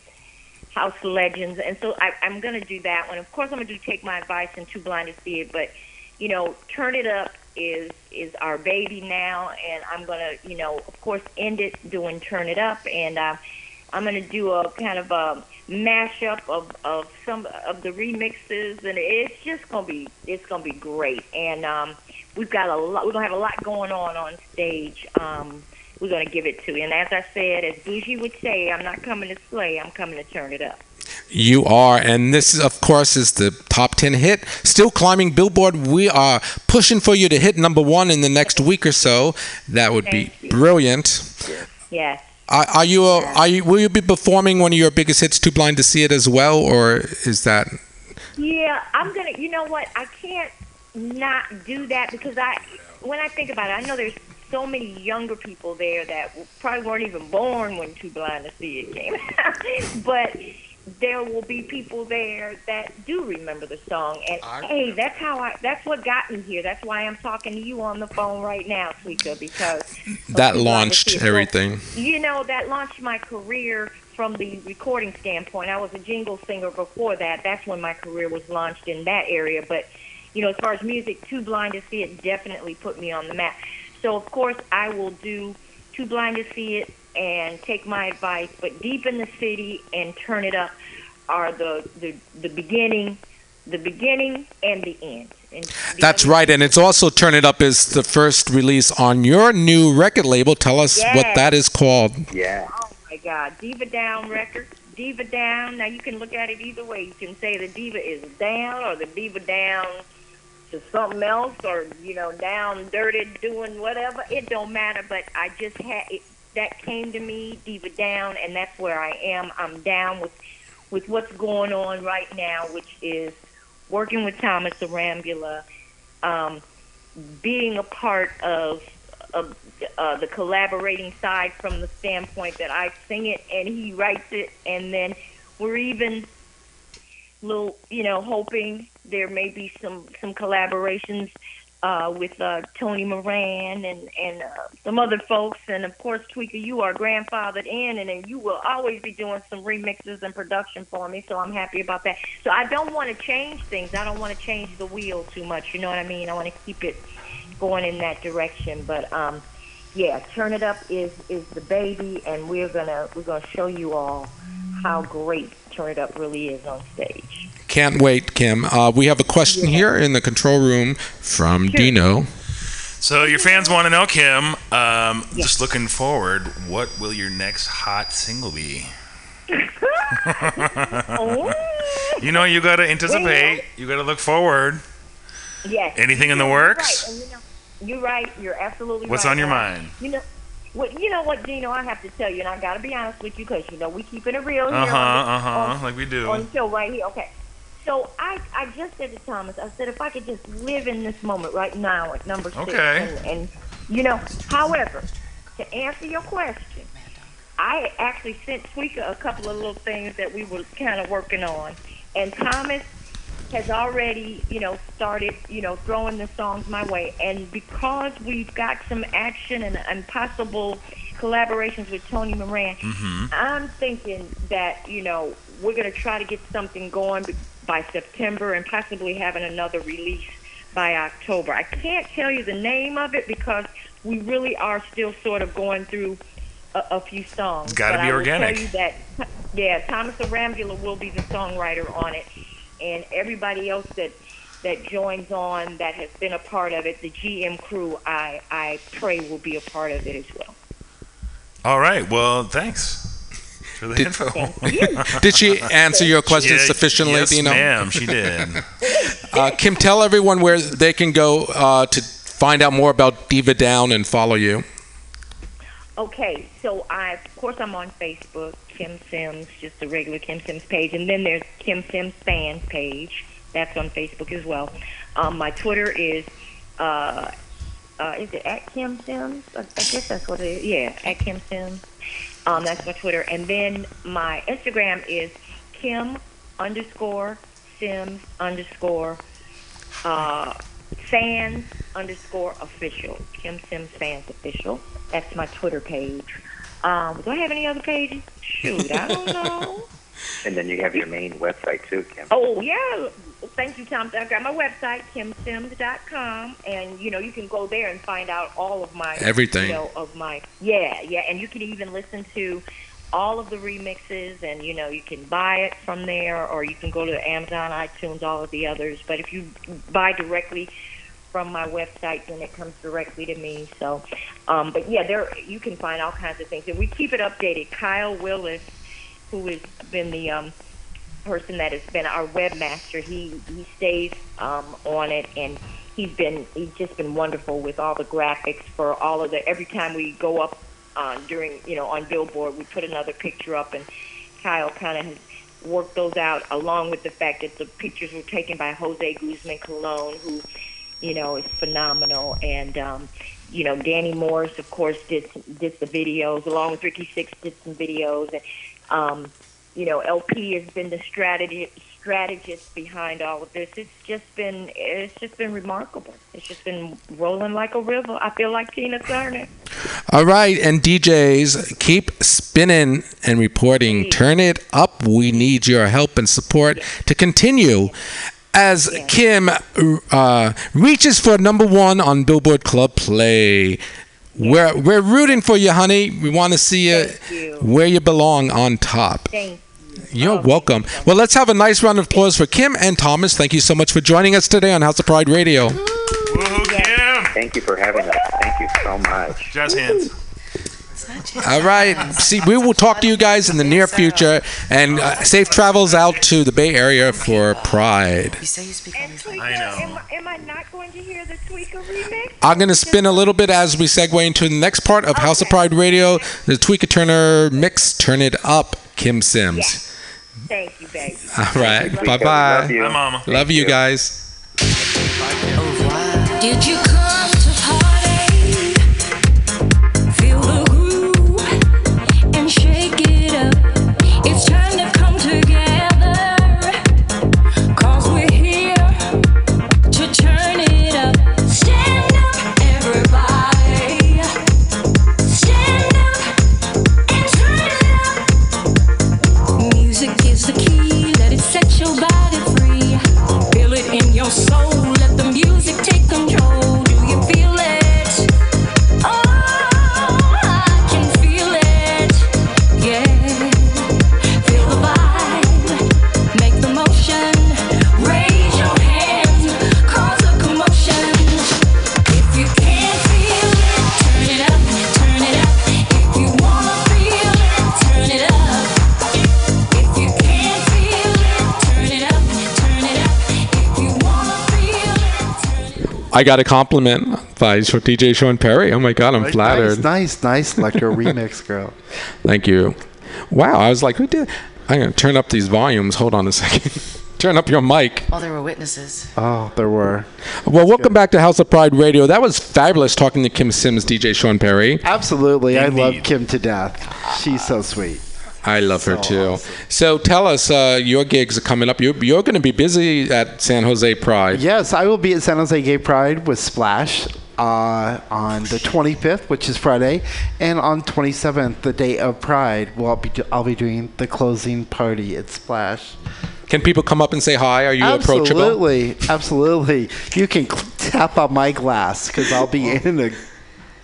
House Legends, and so I, I'm going to do that one. Of course, I'm going to do Take My Advice and Too Blind to See It, but you know, Turn It Up is is our baby now, and I'm going to, you know, of course, end it doing Turn It Up, and um, I'm going to do a kind of a mashup of of some of the remixes, and it's just going to be it's going to be great, and um, we've got a lot. We're going to have a lot going on on stage. Um, we're going to give it to you. And as I said, as Bougie would say, I'm not coming to slay, I'm coming to turn it up. You are, and this, is, of course, is the top 10 hit. Still climbing Billboard. We are pushing for you to hit number one in the next week or so. That would be Thank you. brilliant. Yes. Are, are you? A, are you? Will you be performing one of your biggest hits, "Too Blind to See It," as well, or is that? Yeah, I'm gonna. You know what? I can't not do that because I, when I think about it, I know there's so many younger people there that probably weren't even born when Too Blind to See It came out, but there will be people there that do remember the song. And I hey, that's how I. That's what got me here. That's why I'm talking to you on the phone right now, Tweaker, because of Too That Blind to launched See It. So, everything. you know, that launched my career from the recording standpoint. I was a jingle singer before that. That's when my career was launched in that area. But, you know, as far as music, Too Blind to See It definitely put me on the map. So, of course, I will do Too Blind to See It and Take My Advice, but Deep in the City and Turn It Up are the, the, the beginning, the beginning and the end. And the That's other- right, and it's also "Turn It Up" is the first release on your new record label. Tell us what Yes. that is called. Yeah. Oh my God, Diva Down Records, Diva Down. Now you can look at it either way. You can say the diva is down, or the diva down to something else, or you know, down dirty doing whatever. It don't matter. But I just had it, that came to me, Diva Down, and that's where I am. I'm down with with what's going on right now, which is working with Thomas Arambula, um, being a part of, of uh, the collaborating side from the standpoint that I sing it and he writes it, and then we're even little, you know, hoping there may be some some collaborations uh, with uh, Tony Moran and and uh, some other folks, and of course, Tweaker, you are grandfathered in, and then you will always be doing some remixes and production for me, so I'm happy about that. So I don't want to change things. I don't want to change the wheel too much. You know what I mean? I want to keep it going in that direction, but. um yeah, Turn It Up is is the baby, and we're gonna we're gonna show you all how great Turn It Up really is on stage. Can't wait, Kim. Uh, we have a question here in the control room from Dino. So your fans want to know, Kim. Um, Just looking forward, what will your next hot single be? you know, you gotta anticipate. You gotta look forward. Yes. Anything in the You're works? right, and you know- You're right. You're absolutely What's right. on your And I- mind? You know, well, you know what, Gino? I have to tell you, and I got to be honest with you because you know we keeping it real here. Uh huh. on the- Uh on- huh. Like we on do. the show right here. Okay. So I, I just said to Thomas, I said if I could just live in this moment right now at number six. Okay. And, and you know, however, to answer your question, I actually sent Tweaker a couple of little things that we were kind of working on, and Thomas has already, you know, started, you know, throwing the songs my way. And because we've got some action and, and possible collaborations with Tony Moran, I'm thinking that, you know, we're going to try to get something going b- by September and possibly having another release by October. I can't tell you the name of it because we really are still sort of going through a, a few songs. Gotta But be I will organic. Tell you that, yeah, Thomas Arambula will be the songwriter on it, and everybody else that that joins on that has been a part of it, the GM crew, I I pray will be a part of it as well. All right. Well, thanks for the Did- info. Did she answer your question Yeah, sufficiently, yes, Dino? ma'am. She did. Uh, Kim, tell everyone where they can go uh, to find out more about Diva Down and follow you. Okay, so I of course I'm on Facebook, Kim Sims, just the regular Kim Sims page, and then there's Kim Sims fan page. That's on Facebook as well. Um, my Twitter is uh, uh, is it at Kim Sims? I, I guess that's what it is. Yeah, at Kim Sims. Um, that's my Twitter, and then my Instagram is Kim underscore Sims underscore uh, fans underscore official. Kim Sims fans official. That's my Twitter page. Um, do I have any other pages? Shoot, I don't know. And then you have your main website too, Kim. Oh yeah. Thank you, Tom. I've got my website, kimsims.com, and you know you can go there and find out all of my Everything. You know, of my yeah, yeah, and you can even listen to all of the remixes, and you know you can buy it from there, or you can go to Amazon, iTunes, all of the others. But if you buy directly from my website, then it comes directly to me. So, um, but yeah, there you can find all kinds of things, and we keep it updated. Kyle Willis, who has been the um, person that has been our webmaster. He he stays um, on it, and he's been he's just been wonderful with all the graphics for all of the. Every time we go up uh, during you know on Billboard, we put another picture up, and Kyle kind of has worked those out along with the fact that the pictures were taken by Jose Guzman Colon, who you know is phenomenal, and. Um, you know, Danny Morris, of course, did some, did the videos along with Ricky Six did some videos, and um, you know, LP has been the strategy, strategist behind all of this. It's just been, it's just been remarkable. It's just been rolling like a river. I feel like Tina Turner. All right, and DJs, keep spinning and reporting. Turn it up. We need your help and support to continue as Kim uh, reaches for number one on Billboard Club Play. We're, we're rooting for you, honey. We want to see you, you. where you belong on top. Thank you. You're Oh, welcome. thank you so Well, let's have a nice round of applause for Kim and Thomas. Thank you so much for joining us today on House of Pride Radio. Woo, Kim. Thank you for having us. Thank you so much. Jazz hands. All right. See, we will talk to you guys in the near future, and uh, safe travels out to the Bay Area for Pride. You say you speak all And these Tweaker, I know. Am, I- am I not going to hear the Tweaker remix? I'm going to spin a little bit as we segue into the next part of House of Pride Radio, the Tweaker Turner mix, Turn It Up, Kim Sims. Thank you, baby. All right. Love you. Bye bye. Love you. Hi, Mama. Love you guys. Did you come to party? Feel the groove and shake it up. It's time to come together. Cause we're here to turn it up. Stand up, everybody. Stand up and turn it up. Music is the key. Let it set your body free. Feel it in your soul. Let the music take control. Do you feel it? Oh, I can feel it. Yeah. Feel the vibe. Make the motion. Raise your hands. Cause a commotion. If you can't feel it, turn it up. Turn it up. If you wanna feel it, turn it up. If you can't feel it, turn it up, turn it up. If you wanna feel it, turn it up. I got a compliment by Sh- DJ Sean Perry. Oh my God, I'm flattered. Nice, nice, nice, like your remix, girl. Thank you. Wow, I was like, who did? I'm gonna turn up these volumes. Hold on a second. turn up your mic. Oh, there were witnesses. Oh, there were. Well, welcome back to House of Pride Radio. That was fabulous talking to Kim Sims, DJ Sean Perry. Absolutely. I love Indeed. Kim to death. She's so sweet. I love her too. So tell us, uh, your gigs are coming up. You're, you're going to be busy at San Jose Pride. Yes, I will be at San Jose Gay Pride with Splash uh, on the 25th, which is Friday, and on 27th, the day of Pride, we'll be do- I'll be doing the closing party at Splash. Can people come up and say hi? Are you approachable? absolutely, absolutely. You can cl- tap on my glass because I'll be Oh. in a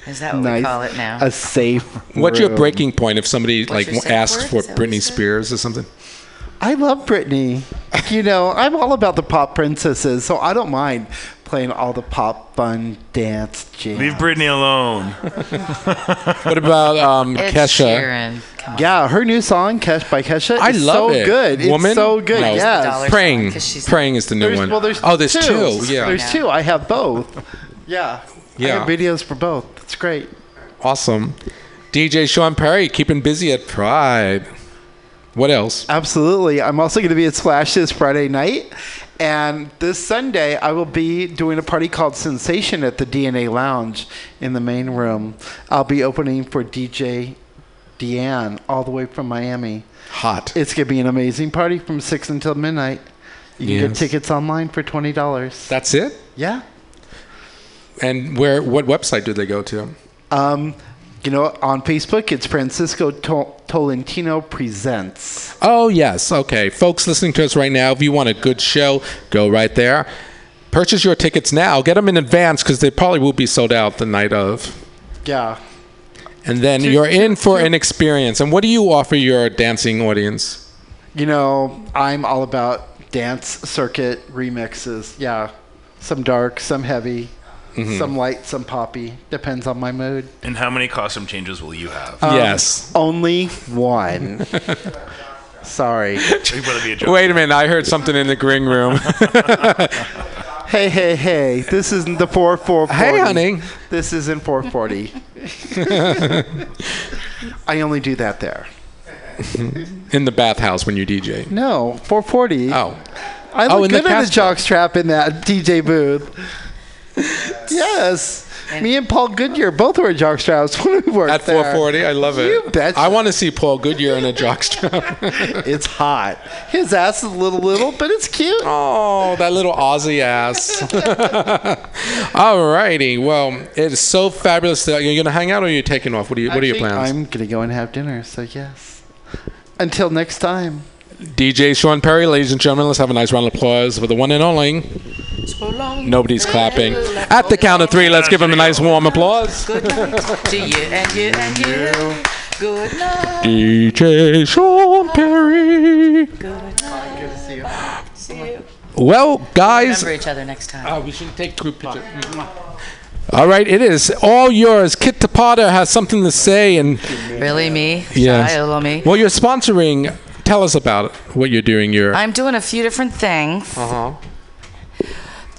Is that what we nice, call it now? a safe. What's your room. breaking point if somebody like your safe asks word? for Is that what you Britney said? Spears or something? I love Britney. You know, I'm all about the pop princesses, so I don't mind playing all the pop fun dance jam. Leave Britney alone. What about um, Ed Kesha? Sheeran. Come on. Yeah, her new song Kesh by Kesha. I is love so it. Good, Woman? it's so good. Dollar No. Yes, Praying. Sign, 'cause she's- Praying is the new There's- one. well, there's oh, there's two. Yeah. there's Yeah. two. I have both. Yeah, Yeah. I have videos for both. That's great. Awesome. DJ Sean Perry keeping busy at Pride. What else? Absolutely. I'm also going to be at Splash this Friday night. And this Sunday, I will be doing a party called Sensation at the DNA Lounge in the main room. I'll be opening for DJ Deanne all the way from Miami. Hot. It's going to be an amazing party from 6 until midnight. You can Yes. get tickets online for $20. That's it. Yeah. And where? What website do they go to? Um, you know, on Facebook, it's Francisco Tol- Tolentino Presents. Oh, yes. Okay. Folks listening to us right now, if you want a good show, go right there. Purchase your tickets now. Get them in advance because they probably will be sold out the night of. Yeah. And then you're in for an experience. And what do you offer your dancing audience? You know, I'm all about dance circuit remixes. Yeah. Some dark, some heavy, some light, some poppy. Depends on my mood. And how many costume changes will you have? Um, yes. Only one. Sorry. You'd rather be a joke. Wait a minute. I heard something in the green room. Hey, hey, hey. This isn't the 444. Hey, honey. This isn't 440. I only do that there. in the bathhouse when you DJ. No, 440. Oh. I Oh, look in the good in a casket. jockstrap in that DJ booth. yes. Me and Paul Goodyear both were jockstraps when we worked At there. 440, I love it. You betcha. I want to see Paul Goodyear in a jockstrap. It's hot. His ass is a little little, but it's cute. Oh, that little Aussie ass. All righty. Well, it is so fabulous. That you're going to hang out or you're taking off? What are, you, what are your Actually, plans? I'm gonna go and have dinner. So yes. Until next time. DJ Sean Perry, ladies and gentlemen, let's have a nice round of applause for the one and only. Nobody's clapping. At the count of three, let's give him a nice warm applause. Good night to you and you and you. Good night. DJ Sean Perry. Good to see you. Well, guys, Remember each other next time. Oh, we should take group picture. All right, it is all yours. Kit Tapata has something to say, and Really, me? Yes. Shy little me. well, you're sponsoring. Tell us about it, what you're doing. You're I'm doing a few different things. uh-huh.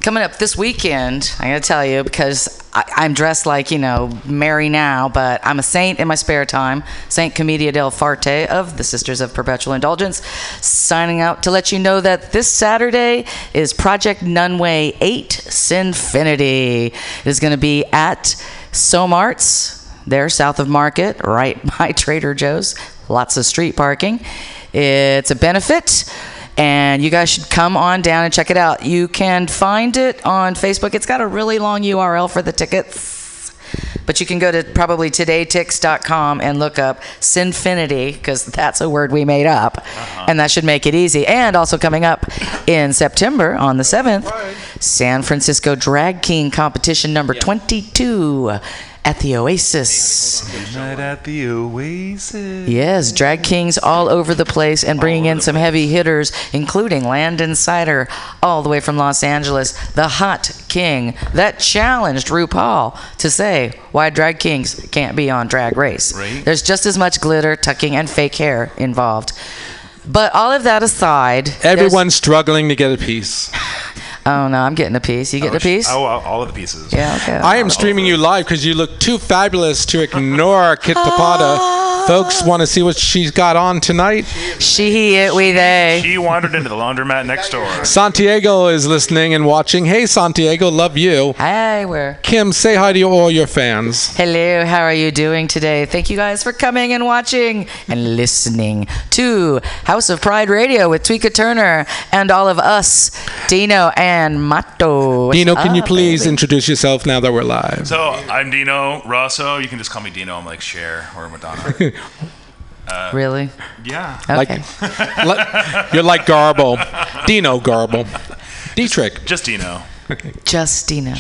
Coming up this weekend, I gotta tell you because I, I'm dressed like you know Mary now, but I'm a saint in my spare time. Saint Commedia del Farte of the Sisters of Perpetual Indulgence, signing out to let you know that this Saturday is Project Nunway Eight Sinfinity. It is gonna be at Somarts there south of Market, right by Trader Joe's. Lots of street parking. It's a benefit, and you guys should come on down and check it out. You can find it on Facebook. It's got a really long URL for the tickets, but you can go to probably todaytix.com and look up Sinfinity, because that's a word we made up, and that should make it easy. And also coming up in September on the 7th, San Francisco Drag King competition number 22 at the Oasis. Night at the Oasis. Yes, drag kings all over the place and bringing in some heavy hitters, including Landon Sider, all the way from Los Angeles, the hot king that challenged RuPaul to say why drag kings can't be on Drag Race. Right. There's just as much glitter, tucking, and fake hair involved. But all of that aside, there's- Everyone's struggling to get a piece. Oh no, I'm getting a piece. You getting a piece? Oh, all all of the pieces. Yeah. Okay. I am streaming you live because you look too fabulous to ignore Kit Ah. Tapata. Folks want to see what she's got on tonight. she, he, it, we, they. He wandered into the laundromat next door. Santiago is listening and watching. Hey, Santiago, love you. hey, we're. Kim, say hi to all your fans. Hello, how are you doing today? Thank you guys for coming and watching and listening to House of Pride Radio with Tweeka Turner and all of us, Dino and Mato. What's Dino, can you up, please baby? introduce yourself now that we're live? So I'm Dino Rosso. You can just call me Dino. I'm like Cher or Madonna. Uh, really? yeah. Like, Okay. like- you're like Garble, Dino Garble, Dietrich. Just Dino. Just Dino.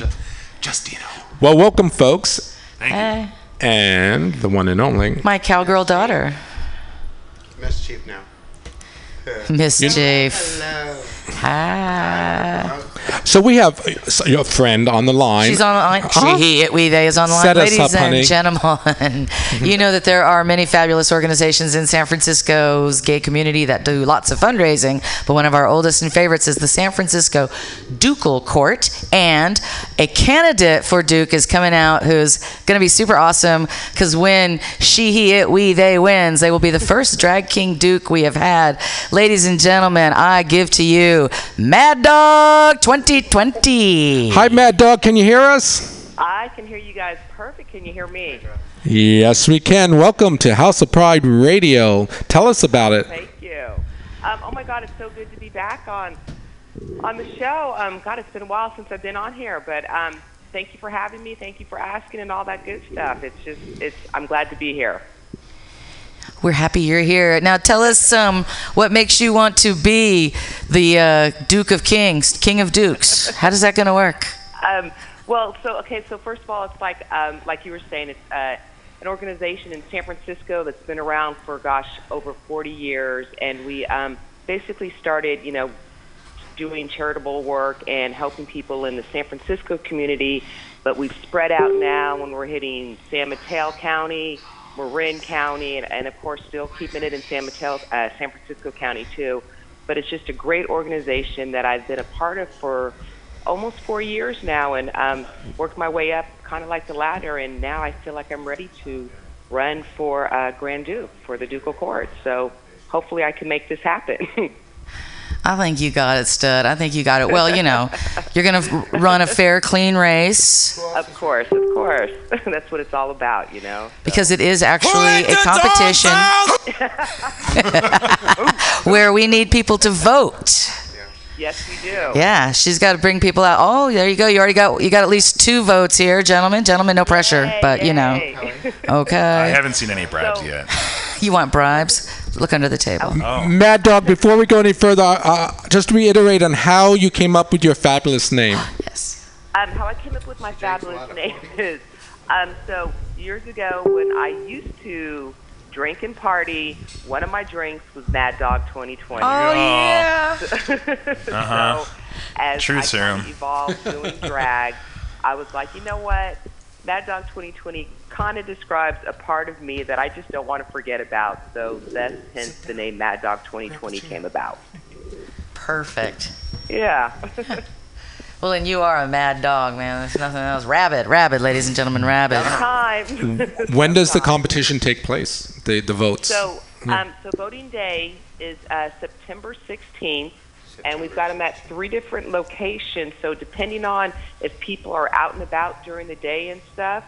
Just Dino. Well, welcome, folks, Thank you. Hey, and the one and only. my cowgirl daughter, Mischief now. Miss Chief. Hello. Hi. So we have uh, your friend on the line. She's online. She, he, it, we, they is online. Set us Ladies up, and honey. gentlemen, you know that there are many fabulous organizations in San Francisco's gay community that do lots of fundraising, but one of our oldest and favorites is the San Francisco Ducal Court. And a candidate for Duke is coming out who's going to be super awesome because when she, he, it, we, they wins, they will be the first Drag King Duke we have had. Ladies and gentlemen, I give to you Mad Dog 2020. Hi, Mad Dog. Can you hear us? I can hear you guys perfect. Can you hear me? Yes, we can. Welcome to House of Pride Radio. Tell us about it. Thank you. Um, oh my God, it's so good to be back on on the show. Um, God, it's been a while since I've been on here, but um, thank you for having me. Thank you for asking and all that good stuff. It's just, it's. I'm glad to be here. We're happy you're here. Now tell us um, what makes you want to be the uh, Duke of Kings, King of Dukes. How does that going to work? Um, well, so okay, so first of all, it's like um, like you were saying, it's uh, an organization in San Francisco that's been around for gosh over 40 years, and we um, basically started, you know, doing charitable work and helping people in the San Francisco community. But we've spread out now, and we're hitting San Mateo County, Marin County, and, and of course, still keeping it in San Mateo, uh, San Francisco County too. But it's just a great organization that I've been a part of for almost four years now and um, worked my way up kind of like the ladder and now I feel like I'm ready to run for uh, Grand Duke for the Ducal Court. So hopefully I can make this happen. I think you got it, Stud. I think you got it. Well, you know, you're going to run a fair, clean race of course, of course. That's what it's all about, you know. because it is actually a competition where we need people to vote. Yes, we do. Yeah, she's got to bring people out. Oh, there you go. You already got you got at least two votes here, gentlemen. Gentlemen, no pressure, but you know, Yay. I okay. haven't seen any bribes So- yet. You want bribes? Look under the table. Mad Dog, before we go any further, uh, just reiterate on how you came up with your fabulous name. Yes. um, how I came up with my fabulous name is um, so years ago when I used to drink and party, one of my drinks was Mad Dog 2020. Oh yeah. Oh. Uh, uh-huh. So as Truth I kinda serum. evolved doing drag, I was like, you know what? Mad Dog 2020 kind of describes a part of me that I just don't want to forget about. So that's hence the name Mad Dog 2020 came about. Perfect. Yeah. Well, and you are a mad dog, man. There's nothing else. Rabbit, rabbit, ladies and gentlemen, rabbit. Uh-huh. Sometimes. When does the competition take place? The the votes. Hmm. So, Yeah. um, so voting day is uh, September 16th, and we've got them at three different locations. So, depending on if people are out and about during the day and stuff,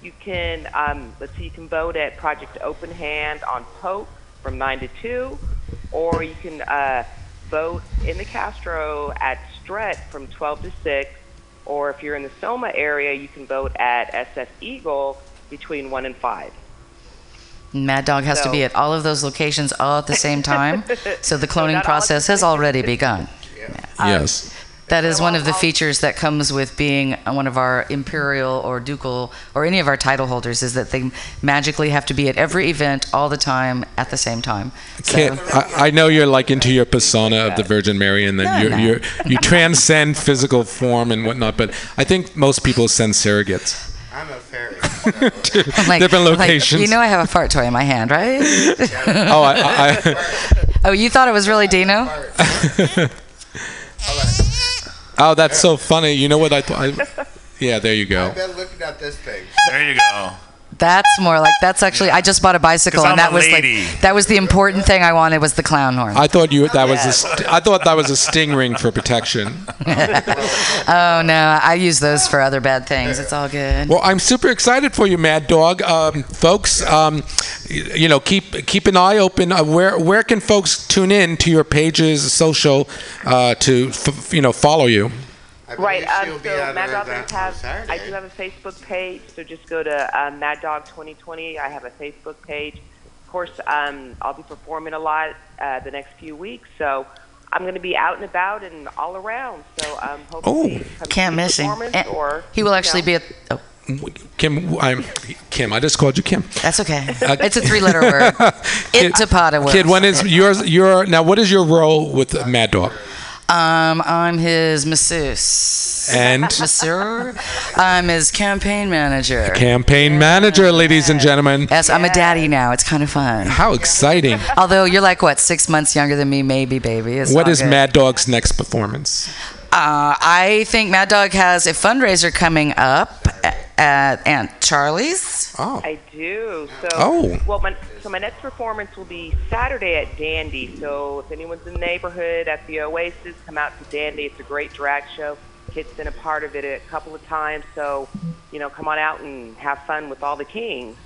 you can um, let's see, you can vote at Project Open Hand on Pope from nine to two, or you can uh, vote in the Castro at Stret from 12 to six, or if you're in the Soma area, you can vote at SF Eagle between one and five. Mad Dog has to be So- at all of those locations all at the same time. so So the not all cloning at process has already begun. Um, yes. That is one of the features that comes with being one of our imperial or ducal or any of our title holders is that they magically have to be at every event all the time at the same time. Kit, I, I know you're like into your persona of the Virgin Mary, and then No, you no. you you transcend physical form and whatnot. But I think most people send surrogates. I'm a fairy. to I'm like- different I'm like, locations. you know, I have a fart toy in my hand, right? oh, I, I, oh, you thought it was really Dino? I oh, that's so funny. You know what I? Th- I yeah, there you go. They're looking at this thing. There you go. That's more like that's actually. I just bought a bicycle, 'Cause and that I'm a was lady. like that was the important thing I wanted was the clown horn. I thought you that was a st- I thought that was a sting ring for protection. oh no, I use those for other bad things. It's all good. Well, I'm super excited for you, Mad Dog, um, folks. Um, y- you know, keep keep an eye open. Uh, where where can folks tune in to your pages, social, uh, to f- you know follow you? Right. Um, so Mad Dog does have. I do have a Facebook page, so just go to um, Mad Dog 2020. I have a Facebook page. Of course, um, I'll be performing a lot uh, the next few weeks, so I'm going to be out and about and all around. So um, hopefully, oh, Can't miss him. performance And or he will actually you know. be at. Oh, Kim, I'm Kim. I just called you Kim. that's okay. Uh, it's a three-letter word. It Tapata Kid, when is yours? Your now, what is your role with Mad Dog? Um, I'm his masseuse. And? masseur. I'm his campaign manager. Campaign manager, ladies and gentlemen. yes, I'm a daddy now. It's kind of fun. How exciting! Although you're like what six months younger than me, maybe, baby. It's What all is good. Mad Dog's next performance? Uh, I think Mad Dog has a fundraiser coming up at Aunt Charlie's. Oh. I do. So, Oh. well, my, so my next performance will be Saturday at Dandy. So, if anyone's in the neighborhood at the Oasis, come out to Dandy. It's a great drag show. Kit's been a part of it a couple of times. So, you know, come on out and have fun with all the kings.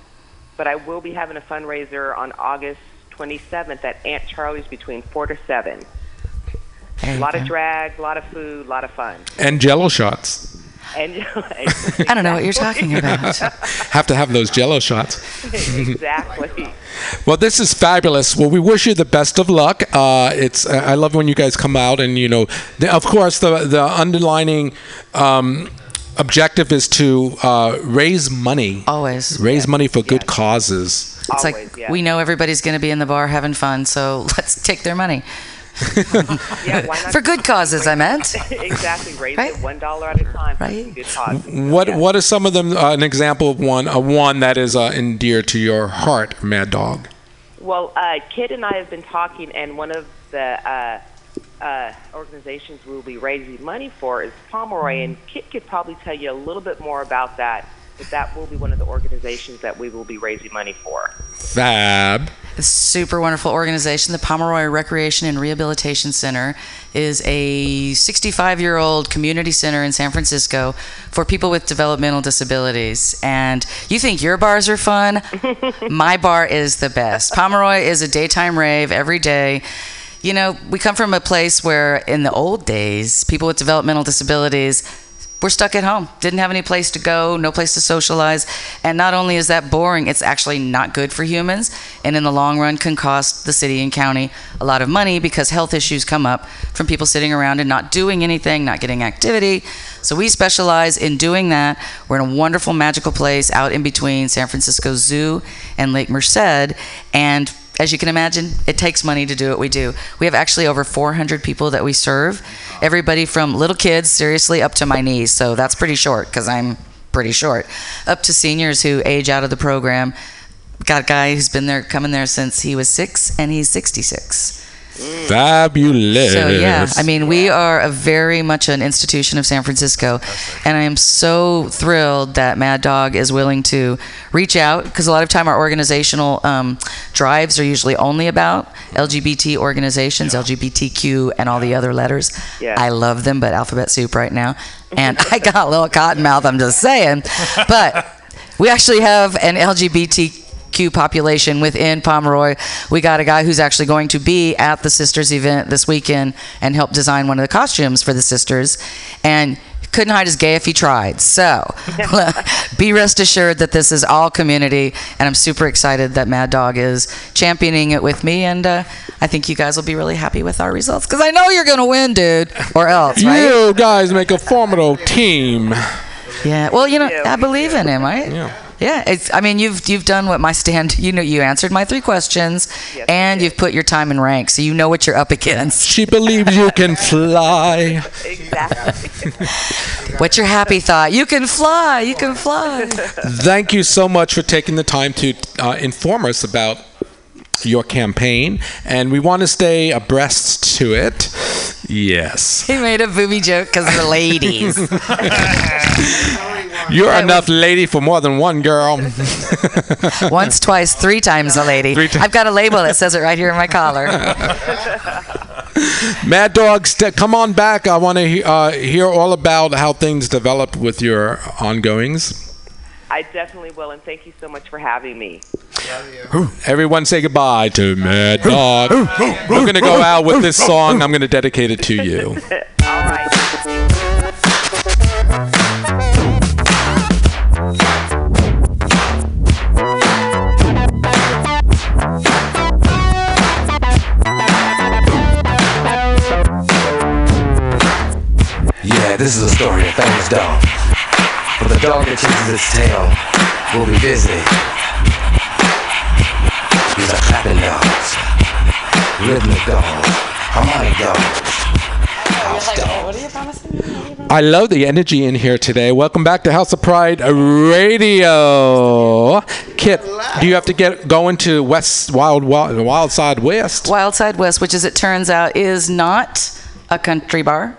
But I will be having a fundraiser on August 27th at Aunt Charlie's between 4 to 7. There A you lot go. of drag, a lot of food, a lot of fun. And Jello shots. And I don't know what you're talking about. Have to have those Jello shots. exactly. Well, this is fabulous. Well, we wish you the best of luck. Uh, it's I I love when you guys come out and you know, the, of course, the the underlining um, objective is to uh, raise money. Always raise money for good causes. It's like we know everybody's going to be in the bar having fun, so let's take their money. For good causes, I meant. exactly. Raise it one dollar at a time. Right. Good cause. What what are some of them? Uh, an example of one, uh, one that is uh, endear to your heart, Mad Dog. Well, uh, Kid and I have been talking, and one of the uh, uh, organizations we'll be raising money for is Mm-hmm. Pomeroy, and Kid could probably tell you a little bit more about that. But that will be one of the organizations that we will be raising money for. Fab. It's a super wonderful organization. The Pomeroy Recreation and Rehabilitation Center is a 65 year old community center in San Francisco for people with developmental disabilities. And you think your bars are fun? My bar is the best. Pomeroy is a daytime rave every day. You know, we come from a place where in the old days, people with developmental disabilities we're stuck at home didn't have any place to go no place to socialize and not only is that boring it's actually not good for humans and in the long run can cost the city and county a lot of money because health issues come up from people sitting around and not doing anything not getting activity so we specialize in doing that we're in a wonderful magical place out in between san francisco zoo and lake merced and as you can imagine, it takes money to do what we do. We have actually over 400 people that we serve, everybody from little kids, seriously, up to my knees. So that's pretty short because I'm pretty short, up to seniors who age out of the program. Got a guy who's been there, coming there since he was six, and he's 66. Fabulous. So yeah, I mean, we are a very much an institution of San Francisco, and I am so thrilled that Mad Dog is willing to reach out because a lot of time our organizational um, drives are usually only about LGBT organizations, LGBTQ, and all the other letters. Yeah. I love them, but alphabet soup right now, and I got a little cotton mouth. I'm just saying, but we actually have an LGBTQ population within Pomeroy. We got a guy who's actually going to be at the sisters event this weekend and help design one of the costumes for the sisters. And couldn't hide his gay if he tried. So be rest assured that this is all community, and I'm super excited that Mad Dog is championing it with me. And uh, I think you guys will be really happy with our results because I know you're going to win, dude, or else, right? You guys make a formidable team. Yeah. Well, you know, I believe in him, right? Yeah. Yeah. It's. I mean, you've you've done what my stand. You know, you answered my three questions, and you've put your time in rank, so you know what you're up against. She believes you can fly. Exactly. What's your happy thought? You can fly. You can fly. Thank you so much for taking the time to uh, inform us about your campaign, and we want to stay abreast to it. Yes. he made a booby joke because of the ladies. You're enough lady for more than one girl. Once, twice, three times a lady. Three times. I've got a label that says it right here in my collar. Mad Dog, st- come on back. I want to he- uh, hear all about how things developed with your ongoings. I definitely will, and thank you so much for having me. Everyone say goodbye to Mad Dog. We're going to go out with this song. I'm going to dedicate it to you. Yeah, this is a story of famous dog. For the dog that chases its tail will be busy. These are clapping dogs, rhythmic dogs, harmonic dogs, house dogs. I love the energy in here today. Welcome back to House of Pride Radio. Kip, do you have to get going to West Wild Wild, Wild Side West? Wild Side West, which as it turns out is not a country bar.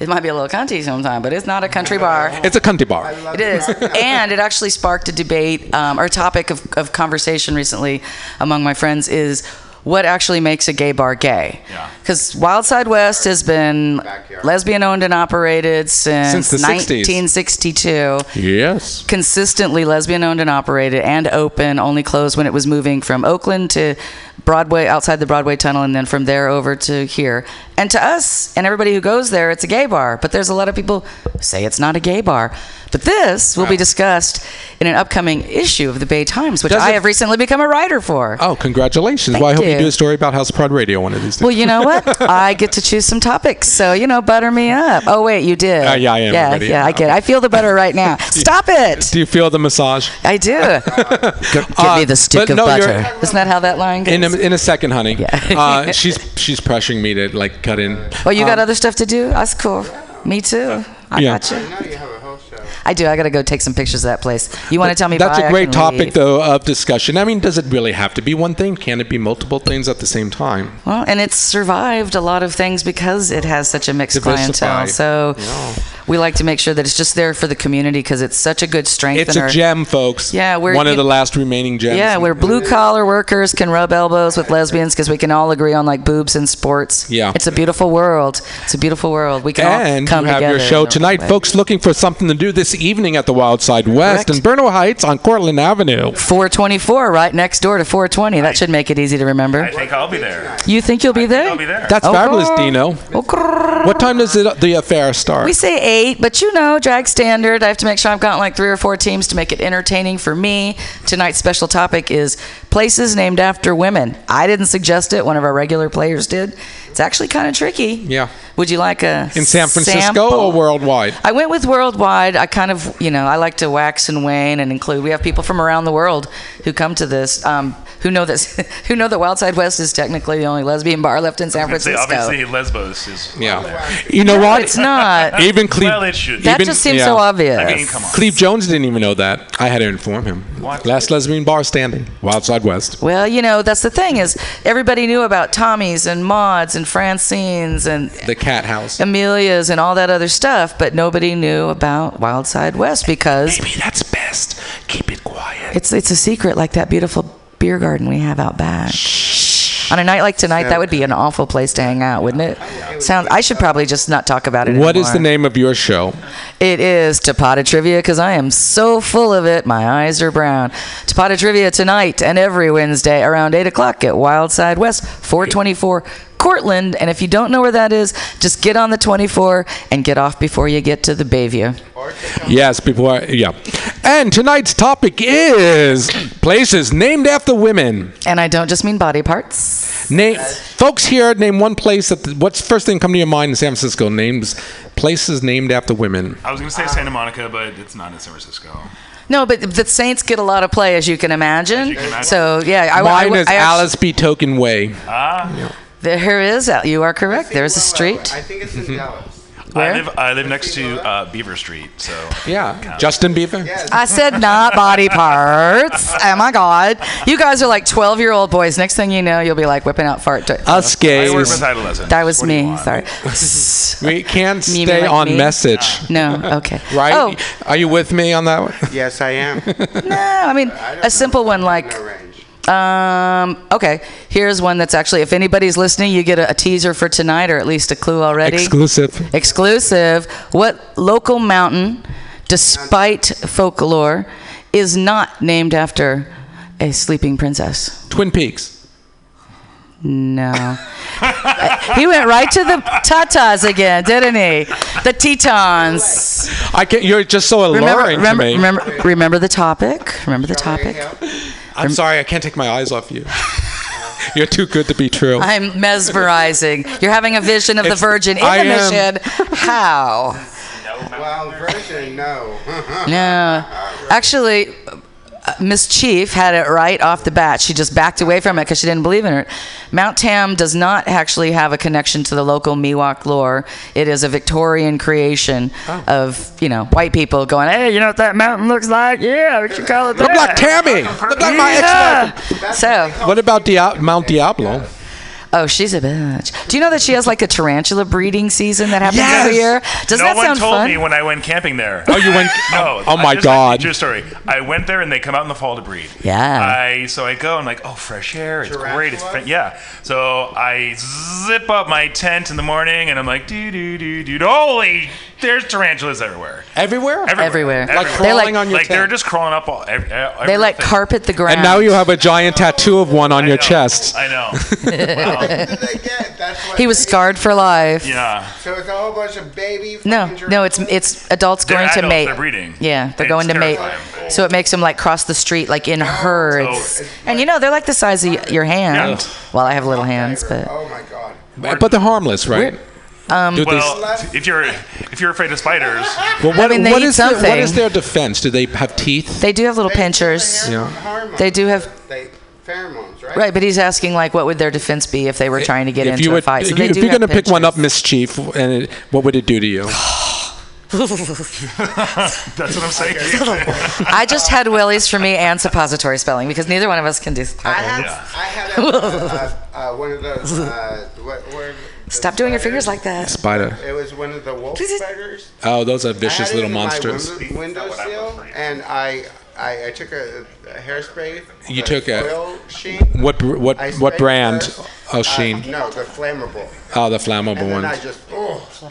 It might be a little country sometime, but it's not a country bar. It's a country bar. It is. and it actually sparked a debate um, or topic of, of conversation recently among my friends is what actually makes a gay bar gay? Because Wild Side West has been lesbian owned and operated since, Since the 60s. 1962. Yes. Consistently lesbian owned and operated and open, only closed when it was moving from Oakland to Broadway, outside the Broadway tunnel, and then from there over to here. And to us and everybody who goes there, it's a gay bar. But there's a lot of people who say it's not a gay bar. But this will be discussed in an upcoming issue of the Bay Times, which Does I it- have recently become a writer for. Oh, congratulations. Thank well, I hope you. you. do a story about House of Pride Radio one of these days. Well, you know what? I get to choose some topics, so you know, butter me up. Oh wait, you did. Uh, yeah, I am Yeah, already. yeah, I get. It. I feel the butter right now. Stop it! do you feel the massage? I do. Give me the stick Uh, but of no, you're- butter. Isn't that how that line goes? In a, in a second, honey. Uh, she's she's pressuring me to like cut in. oh, you got Um, other stuff to do? That's cool. Me too. I Yeah. got you. I do. I got to go take some pictures of that place. You want to tell me? That's bye, a I great can topic, leave. though, of discussion. I mean, does it really have to be one thing? Can it be multiple things at the same time? Well, and it's survived a lot of things because it has such a mixed clientele. Diversified. So we like to make sure that it's just there for the community because it's such a good strength. It's a gem, folks. Yeah, we're- one of you- the last remaining gems. Yeah, where blue collar workers can rub elbows with lesbians because we can all agree on like boobs and sports. Yeah. It's a beautiful world. It's a beautiful world. We can and all come you have together. your show in a tonight, way. folks. Looking for something to do this evening at the Wild Side West in Bernal Heights on Cortland Avenue. 424, right next door to 420. That should make it easy to remember. I think I'll be there. You think you'll be there? I'll be there. That's Okay. fabulous, Dino. What time does it, the affair start? Oh, We say eight, but you know, drag standard. I have to make sure I've gotten like three or four teams to make it entertaining for me. Tonight's special topic is places named after women. I didn't suggest it, one of our regular players did. It's actually kind of tricky. yeah, Would you like a in San Francisco sample? or worldwide? I went with worldwide. I kind of, you know, I like to wax and wane and include. We have people from around the world who come to this. Um, who know that who know that Wild Side West is technically the only lesbian bar left in San I'd say Francisco. obviously, Lesbos is. Yeah. You know what? It's not. Even Cleve. Well, it should. That just seems so obvious. I mean, come on. Cleve Jones didn't even know that. I had to inform him. What? Last lesbian bar standing, Wild Side West. Well, you know, that's the thing is everybody knew about Tommy's and Maud's and Francine's and The cat house. Amelia's and all that other stuff, but nobody knew about Wild Side West because maybe that's best. Keep it quiet. It's it's a secret like that beautiful beer garden we have out back. On a night like tonight, that would be an awful place to hang out, wouldn't it? Sounds. I should probably just not talk about it. What anymore. is the name of your show? It is Tapata Trivia because I am so full of it. My eyes are brown. Tapata Trivia tonight and every Wednesday around 8 o'clock at Wildside West, 424 Cortland. And if you don't know where that is, just get on the 24 and get off before you get to the Bayview. Yes, people are. Yeah. And tonight's topic is places named after women. And I don't just mean body parts. Name folks here name one place that what's first thing come to your mind in San Francisco? Names places named after women. I was going to say Ah. Santa Monica, but it's not in San Francisco. Ah. No, but the Saints get a lot of play, as you can imagine. So, yeah. I, Mine I, is I, Alice B. Token Way. Ah. There is. You are correct. There's a street. I think it's in Dallas. I live I live next to uh, Beaver Street, so Yeah. Justin Bieber. I said not body parts. Oh my God. You guys are like 12 year old boys. Next thing you know, you'll be like whipping out fart. to- Us gays. I work with adolescents. That was me. Sorry. We can't You mean stay like on me? message. No. Okay. Right? Oh. Are you with me on that one? Yes, I am. No, I mean, a simple one like. Um, okay, here's one that's actually, if anybody's listening, you get a, a teaser for tonight or at least a clue already. Exclusive. Exclusive. What local mountain, despite folklore, is not named after a sleeping princess? Twin Peaks. No. he went right to the tatas again, didn't he? The Tetons. I can You're just so alluring Remember, to remember, me. remember, remember the topic. Remember the topic. I'm sorry. I can't take my eyes off you. you're too good to be true. I'm mesmerizing. You're having a vision of It's- the Virgin in I the am. mission. How? Well, version, no. No. Actually, uh, Miss Chief had it right off the bat. She just backed away from it because she didn't believe in it. Mount Tam does not actually have a connection to the local Miwok lore. It is a Victorian creation Oh. of, you know, white people going, hey, you know what that mountain looks like? Yeah, what you call it? Look like Tammy. Look like my ex-wife. ex So, What about Dia- Mount Diablo? Oh, she's a bitch. Do you know that she has like a tarantula breeding season that happens Yes! every year? Does no that one sound told fun? me when I went camping there. Oh, you went. No. I Oh, just, my like, God. True story. I went there and they come out in the fall to breed. Yeah. I so I go and like oh fresh air it's great it's fan- yeah so I zip up my tent in the morning and I'm like do do do do holy there's tarantulas everywhere Everywhere? Everywhere. Everywhere. They're like, like they're just crawling up all e-, every, they like carpet the ground. And now you have a giant tattoo of one on your chest. I know he was scarred for life. yeah So it's a whole bunch of baby. No, no, it's it's adults They're going to adults, mate. they're breeding. Yeah, they're It's going to mate. terrifying. So it makes them like cross the street like in herds. So- and you know they're like the size of y- your hand. Yeah. Well, I have little hands, but But they're harmless, right? um, Do they- well if you're if you're afraid of spiders Well, what, I mean, they what eat is their, what something. is their defense? Do they have teeth? they do have little pinchers. Yeah. They do have They, pheromones, right? right, but he's asking like, what would their defense be if they were trying to get if into you a would, fight? So if, they you, do are have going to pick one up, mischief, and it, what would it do to you? that's what I'm saying I just had Willie's for me and suppository spelling because neither one of us can do. I had, I had a, uh, uh, one of those. Uh, what, were the Stop doing your fingers like spiders? that. Spider. It was one of the wolf spiders. Oh, those are I had vicious it little in my monsters. window- windowsill, and I, I, I took a, a hairspray. You the took a- oil sheen. What br- what I what sprayed brand? the- oh, uh, Sheen. no, the flammable. Oh, the flammable and then I ones. just, oh,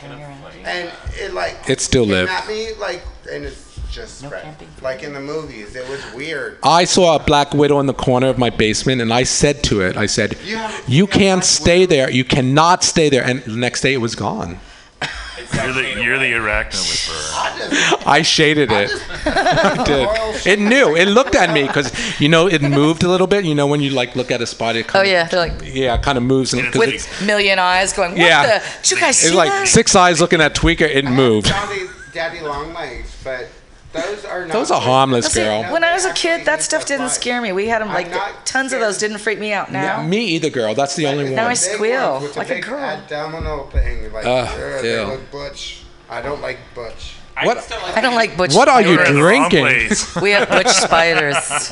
and it like It still came lived. At me like, and it's just spread. like in the movies. It was weird. I saw a black widow in the corner of my basement, and I said to it, I said, You have- "You can't stay there. You cannot stay there." And the next day, it was gone. you're the you're the arachno whisperer I shaded it. I did. It knew. It looked at me because you know it moved a little bit. You know when you like look at a spot, it Oh kind yeah, they're like of, yeah, it kind of moves. And, 'cause it's, with million eyes going. What Yeah. the? Did you guys it's see like that? six eyes looking at Tweaker. It moved. Daddy, daddy long legs, but Those are not. Those are harmless, Now, see, girl. When I was a kid, that stuff didn't scare me. We had them like tons of those. Didn't freak me out. Now, Yeah, me either, girl. That's the only one. now I squeal With the like a big girl. abdominal thing, like Ugh, uh, they ew. look butch. I don't like butch. What? I don't like butch. What are you spiders. drinking? we have butch spiders.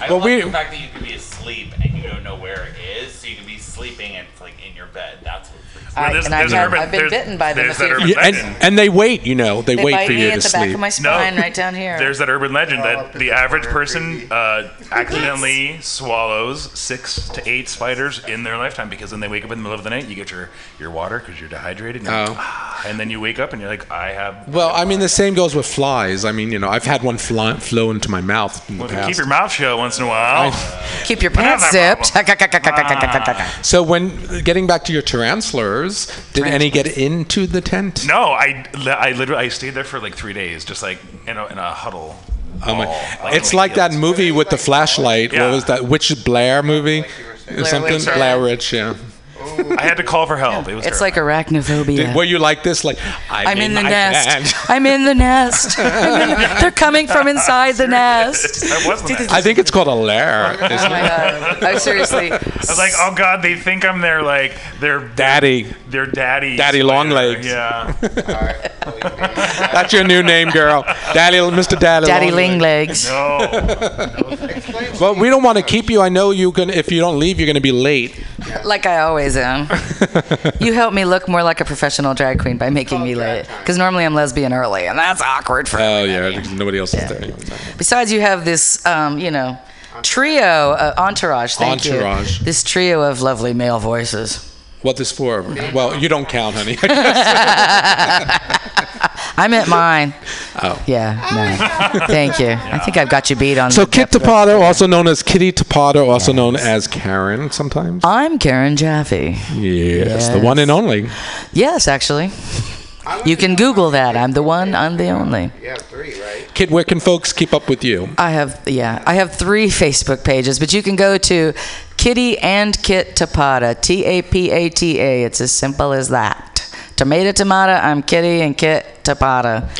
I Well, love we- the fact that you can be asleep and you don't know where it is, so you can be sleeping and it's like in your bed. That's what freaks me I- out. and I've, had, I've been bitten by them. a there's that few urban times. Yeah, and, and they wait, you know, they, They wait bite for me you at to the sleep. back of my spine, right down here. There's that urban legend that the average person uh, accidentally swallows six to eight spiders in their lifetime because then they wake up in the middle of the night, you get your, your water because you're dehydrated, and, you're like, Oh. "Ah," and then you wake up and you're like, I have. Well, I mean, the same goes with flies. I mean, you know, I've had one fly, flow into my mouth in the Well, if you past. keep your mouth shut once in a while. Keep your I have pants that zipped. Ah. So when getting back to your tarantulas, did any get into the tent? No, I, I literally I stayed there for like three days, just like in a, in a huddle. Oh my! Oh, it's like that movie with the flashlight. What was that? Which Blair movie? Blair Something Witch. Blair Witch. Yeah. I had to call for help. It was It's like arachnophobia. Did, were you like this? Like I'm, I'm in the my nest. bed. I'm in the nest. I'm in the- they're coming from inside the nest. I think it's called a lair. isn't it? I seriously. I was like, oh god, they think I'm their like their daddy, their daddy, Daddy long legs. Yeah. That's your new name, girl. Daddy, Mr. Daddy. Daddy Long Ling Legs. Well, we don't want to keep you. I know you can. If you don't leave, you're going to be late. Like I always am. you help me look more like a professional drag queen by making me late. Because normally I'm lesbian early, and that's awkward for. Oh yeah, because nobody else is there. anyway. Besides, you have this, um, you know, trio uh, entourage. Thank Entourage. you. This trio of lovely male voices. What this for? Well, you don't count, honey. I meant mine. Oh. Yeah. No. Thank you. I think I've got you beat on. So the Kit depth of- Tapato, also known as Kitty Tapato, also known as Karen, sometimes. I'm Karen Jaffe. Yes, the one and only. Yes, actually. You can Google that. I'm the one. I'm the only. You have three, right? Kit, where can folks keep up with you? I have yeah, I have three Facebook pages, but you can go to Kitty and Kit Tapata, T A P A T A. It's as simple as that. Tomato tomato, I'm Kitty and Kit Tapata.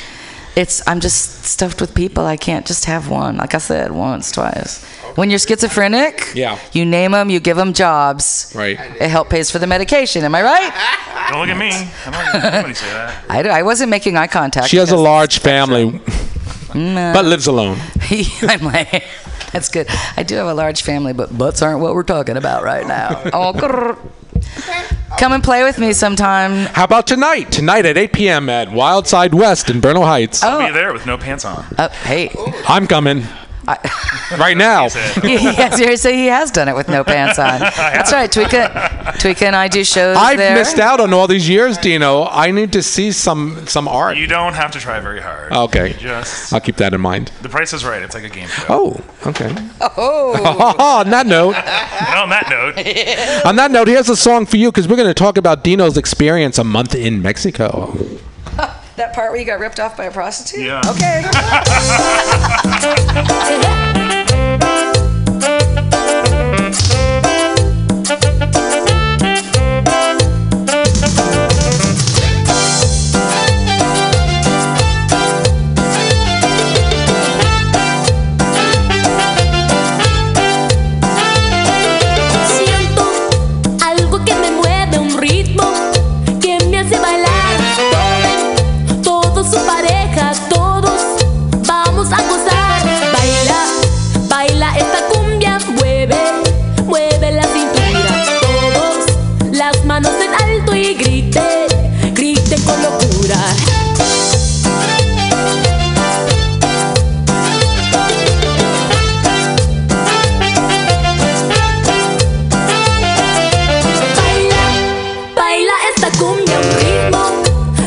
It's I'm just stuffed with people. I can't just have one. Like I said, once, twice. When you're schizophrenic, Yeah. you name them, you give them jobs. Right. It help pays for the medication. Am I right? Don't look at me. I'm not gonna- Nobody say that. I, I wasn't making eye contact. She has a because- large family, No. but lives alone. I'm like, that's good. I do have a large family, but butts aren't what we're talking about right now. Oh, grrr. Come and play with me sometime. How about tonight? Tonight at 8 p.m. at Wildside West in Bernal Heights. I'll be there with no pants on. Oh, hey. I'm coming. right now. yeah, seriously, he has done it with no pants on. That's right. Tweeka, Tweeka and I do shows I've there. missed out on all these years, Dino. I need to see some some art. You don't have to try very hard. Oh, Okay. You just I'll keep that in mind. the price is right. It's like a game show. Oh, okay. Oh. on that note, And on that note, on that note, here's a song for you because we're going to talk about Dino's experience a month in Mexico. that part where you got ripped off by a prostitute? Yeah. Okay. Siento algo que me mueve, un ritmo que me hace bailar. Tomen todos su pareja, todos vamos a gozar. Baila, baila esta cumbia, mueve, mueve la cintura. Todos las manos en alto y grite, grite con locura. Baila esta cumbia un ritmo,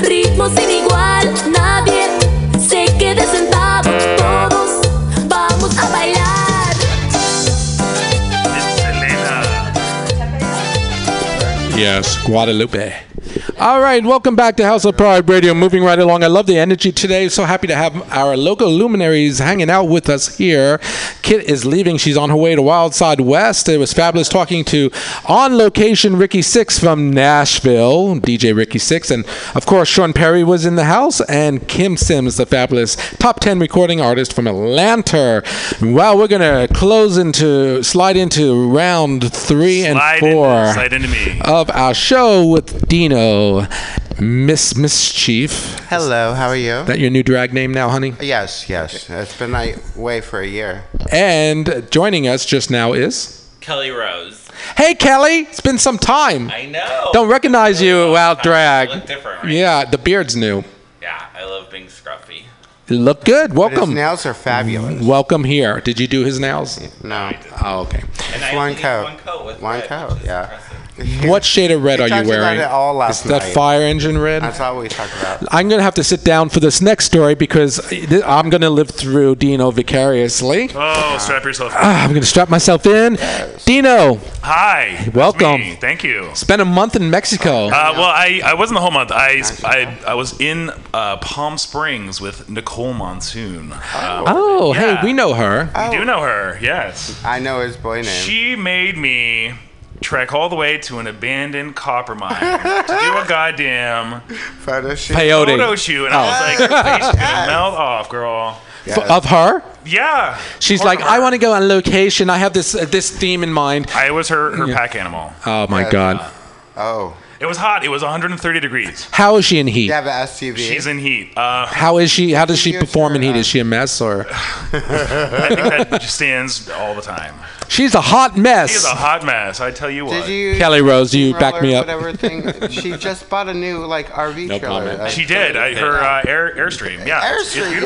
ritmo sin igual. Nadie se quede sentado, todos vamos a bailar. Yes, Guadalupe. All right, welcome back to House of Pride Radio. Moving right along, I love the energy today. So happy to have our local luminaries hanging out with us here. Kit is leaving; she's on her way to Wild Side West. It was fabulous talking to on location Ricky Six from Nashville, DJ Ricky Six, and of course Sean Perry was in the house, and Kim Sims, the fabulous top ten recording artist from Atlanta. Well, we're gonna close into slide into round three Slide and four into- slide into me. of our show with Dino, Miss Mischief. Hello, how are you? Oh, Is that your new drag name now, honey? Yes, yes. It's been away for a year. And joining us just now is. Kelly Rose. Hey, Kelly! It's been some time. I know. Don't recognize you out drag. You look different, Yeah, the beard's new. Yeah, I love being scruffy. You look good. Welcome. nails are fabulous. Welcome here. Did you do his nails? No. Oh, okay. And It's I one only need coat. one coat with One red, coat, yeah. What shade of red We are talked you wearing? About it all last Is that night. fire engine red? That's all we talked about. I'm going to have to sit down for this next story because th- I'm going to live through Dino vicariously. Oh, strap yourself. Ah, I'm going to strap myself in. Dino, Hi. that's Welcome. me. Thank you. spent a month in Mexico. Uh, well, I, I wasn't the whole month. I, I, I was in uh, Palm Springs with Nicole Monsoon. Uh, oh, yeah. hey, we know her. You do know her, yes. Oh. I know his boy name. She made me trek all the way to an abandoned copper mine to do a goddamn Photo shoot. Oh. Peyote. photo shoot, and I was like, "Your face is gonna melt off, girl." F- of her? Yeah, She's Or like, her. I want to go on location. I have this uh, this theme in mind. I was her her pack animal. Oh, my Yeah. God. Oh. It was hot. It was 130 degrees. How is she in heat? You have an SUV. She's in heat. Uh, How is she? How does she Yes, perform in sure, heat? uh, Is she a mess or? I think that stands all the time. She's a hot She is mess. a hot mess. I tell you what. Did you Kelly Rose, you steamroller, back me up. Whatever thing. she just bought a new like RV No trailer. comment. Like, she did. I, her uh, air airstream. Yeah. it's- it's Airstream, beautiful.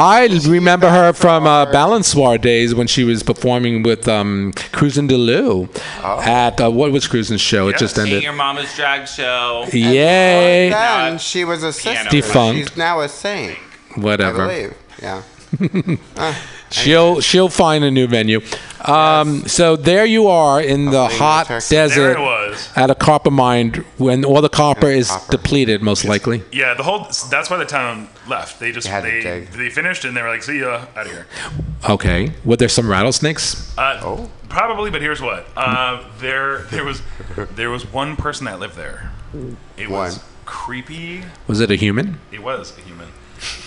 yeah. I remember her from uh, Balançoire days when she was performing with um, Cruisin' DeLu Oh. at uh, what was Cruisin's show? It just Seeing ended. your mama's drag show. Yay! then Oh, she was a sister. Defunct. She's now a saint, I Whatever. believe. Yeah. Ah. She'll she'll find a new venue. Um, So there you are in the Hopefully hot Texas. desert There it was. at a copper mine when all the copper is copper. depleted, most likely. Yeah. The whole. That's why the town left. They just You had to they dig. they finished and they were like, "See ya, out of here." Okay. Were there some rattlesnakes? Uh, Oh. Probably, but here's what. Uh, there there was there was one person that lived there. It was One. creepy. Was it a human? It was a human.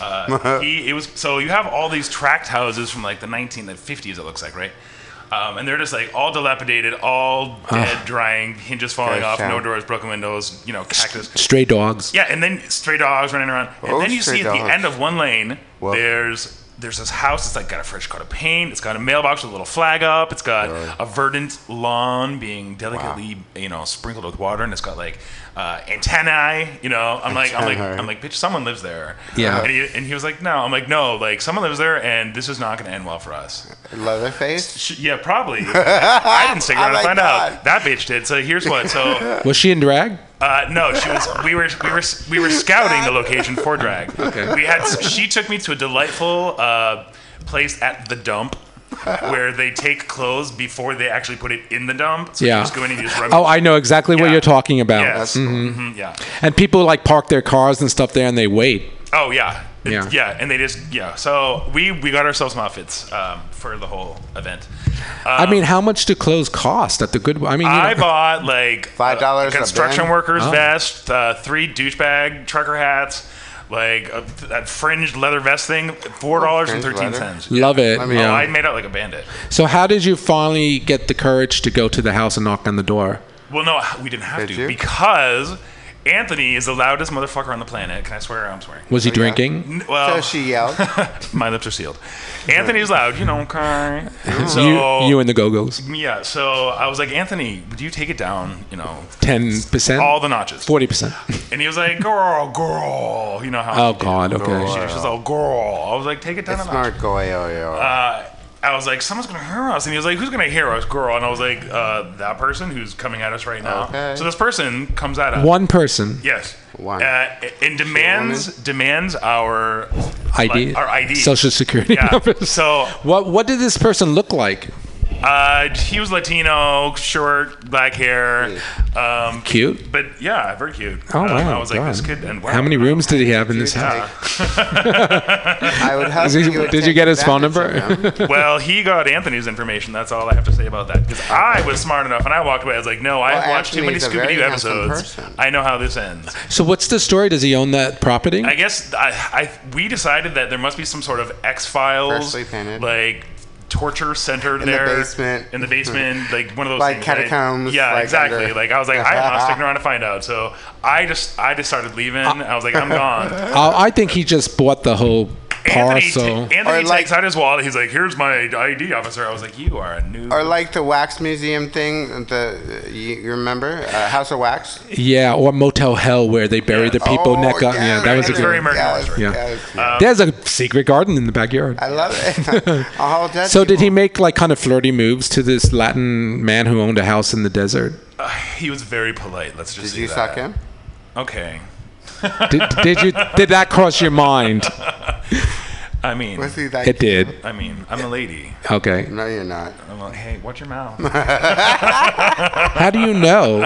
Uh, he, it was so you have all these tract houses from like the 1950s. It looks like right, um, and they're just like all dilapidated, all dead, drying, hinges falling Gosh, off, no yeah. doors, broken windows, you know, cactus. Stray dogs. Yeah, and then stray dogs running around, and Oh, then you stray see at dogs. the end of one lane, Whoa. there's there's this house. It's like got a fresh coat of paint. It's got a mailbox with a little flag up. It's got a verdant lawn being delicately, you know, sprinkled with water, and it's got like uh, antennae. You know, I'm like, I'm like, Antennae. I'm like, bitch, someone lives there. Yeah. And he, and he was like, no. I'm like, no. Like someone lives there, and this is not going to end well for us. Leatherface. Sh- yeah, probably. I didn't stick around Oh to my find God. out. That bitch did. So here's what. So Was she in drag? uh, no, she was. We were we were we were scouting the location for drag. Okay. We had. She took me to a delightful uh, place at the dump. where they take clothes before they actually put it in the dump. So you Yeah. just go in and you just rub Oh, I know exactly what Yeah. you're talking about. Yes. Mhm, Mm-hmm. yeah. And people like park their cars and stuff there and they wait. Oh yeah. It- Yeah. yeah. And they just yeah. So we we got ourselves some outfits um, for the whole event. Um, I mean, how much do clothes cost at the good? I mean, you Uh, I know- bought like Five dollars a construction bin? workers Oh. vest, uh, three douchebag trucker hats, like a, that fringed leather vest thing, Oh, four dollars and thirteen cents. love it. I mean, yeah. Oh, I made out like a bandit. so how did you finally get the courage to go to the house and knock on the door? Well, no, we didn't have Did to you? because Anthony is the loudest motherfucker on the planet. Can I swear? I'm swearing. Was he drinking? N- Well, So she yelled. my lips are sealed. Anthony's loud. You don't cry. So you, you and the Go Go's. yeah. So I was like, Anthony, would you take it down? You know, Ten percent. all the notches. Forty percent. And he was like, girl, girl. You know how. Oh, God, okay. She, she's all, girl. I was like, take it down It's a notch. not Goyo. Uh, I was like, someone's going to hear us. And he was like, who's going to hear us, girl? And I was like, uh, that person who's coming at us right now. Okay. So this person comes at us. One person. Yes. One. Uh, and demands demands our ID. like, our ID. Social security Yeah. numbers. So What What did this person look like? Uh, he was Latino, short, black hair, um, Cute? But yeah, very cute. Oh Um, wow! I was like, God. this kid. And wow. How many rooms did he have in this house? I would hope Is he- you would did you take get his phone advantage of number? them. well, he got Anthony's information. That's all I have to say about that. Because I was smart enough, and I walked away. I was like, "No, I've watched too many Anthony's a very Scooby Doo handsome episodes. I know how this ends." So what's the story? Does he own that property? I guess I, I we decided that there must be some sort of X Files like torture center In the there basement. in the basement, like one of those Like things, right? catacombs, Yeah, like exactly. under- Like I was like, I'm not sticking around to find out. So I just I just started leaving. Ah. I was like, I'm gone. Uh, I think he just bought the whole parcel. Anthony takes out his wallet. He's like, "Here's my ID, officer." I was like, "You are a new." Or like the wax museum thing, the you, you remember uh, House of Wax? Yeah, or Motel Hell where they bury the people Oh, neck up. Yeah, that was a it's good very one. American Horror Story. Yeah. Yeah, it's- Um, There's a secret garden in the backyard. I love it. Oh, A whole dead so did he make like kind of flirty moves to this Latin man who owned a house in the desert? Uh, he was very polite. Let's just. Did say you that. suck him? Okay. did, did you did that cross your mind? I mean, Was he that It did. I mean, I'm a lady. Okay. No, you're not. I'm like, hey, watch your mouth. How do you know?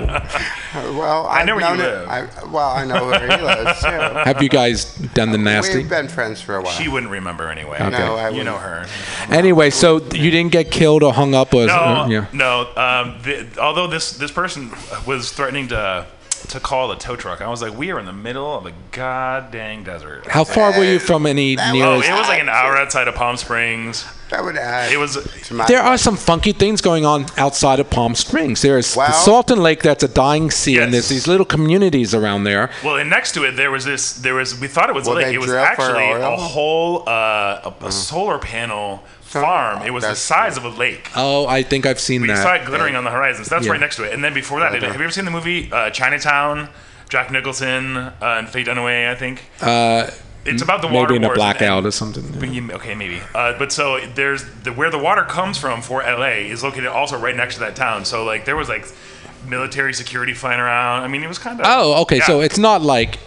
Well, I I've know where you known it- live. I, well, I know where he lives too. Have you guys done the nasty? We've been friends for a while. She wouldn't remember anyway. Okay. No, I you wouldn't. know her. Anyway, so you didn't get killed or hung up or No, uh, yeah. no. Um, th although this this person was threatening to to call a tow truck, I was like, we are in the middle of a god dang desert. How far were you from any Oh, nearest? it was like an hour outside of Palm Springs. That would add. It was. There are some funky things going on outside of Palm Springs. There is Well- the Salton Lake that's a dying sea, and there's these little communities around there. Well, and next to it, there was this. There was. We thought it was Well, a lake. they It was drill for actually oil. Mm. a whole uh, a, a solar panel farm. It was the size of a lake. Oh, I think I've seen But you that. saw it glittering on the horizon. So that's Yeah. right next to it. And then before that, Okay. have you ever seen the movie uh, Chinatown? Jack Nicholson uh, and Faye Dunaway, I think. Uh, It's about the maybe water in a wars and- blackout or something. But you- Okay, maybe. Uh, but so there's the where the water comes from for LA is located also right next to that town. So like there was like military security flying around. I mean, it was kind of. Oh, okay. So it's not like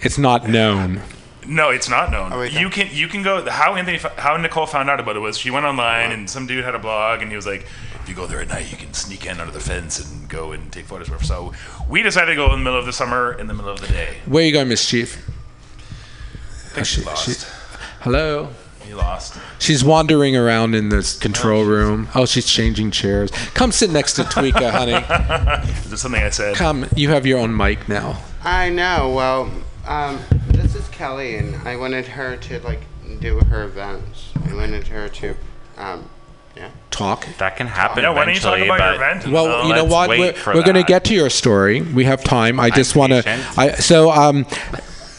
it's not known. No, it's not known. you can you can go. How Anthony, fo- how Nicole found out about it was she went online and some dude had a blog and he was like, if you go there at night, you can sneak in under the fence and go and take photos. Or whatever." So we decided to go in the middle of the summer, in the middle of the day. Where you going, Miss Chief? I think she lost. Hello. He lost. She's wandering around in this control room. Oh, she's changing chairs. Come sit next to Tweeka, honey. Is it something I said? Come, you have your own mic now. I know. Well, um, this is Kelly, and I wanted her to like do her events. I wanted her to, um, yeah. Talk. That can happen. Yeah, why don't you talk eventually, about your but- event? Uh, Well, you know let's what? wait We're, for we're going to that. get to your story. We have time. I just I'm want to. patient. I so um.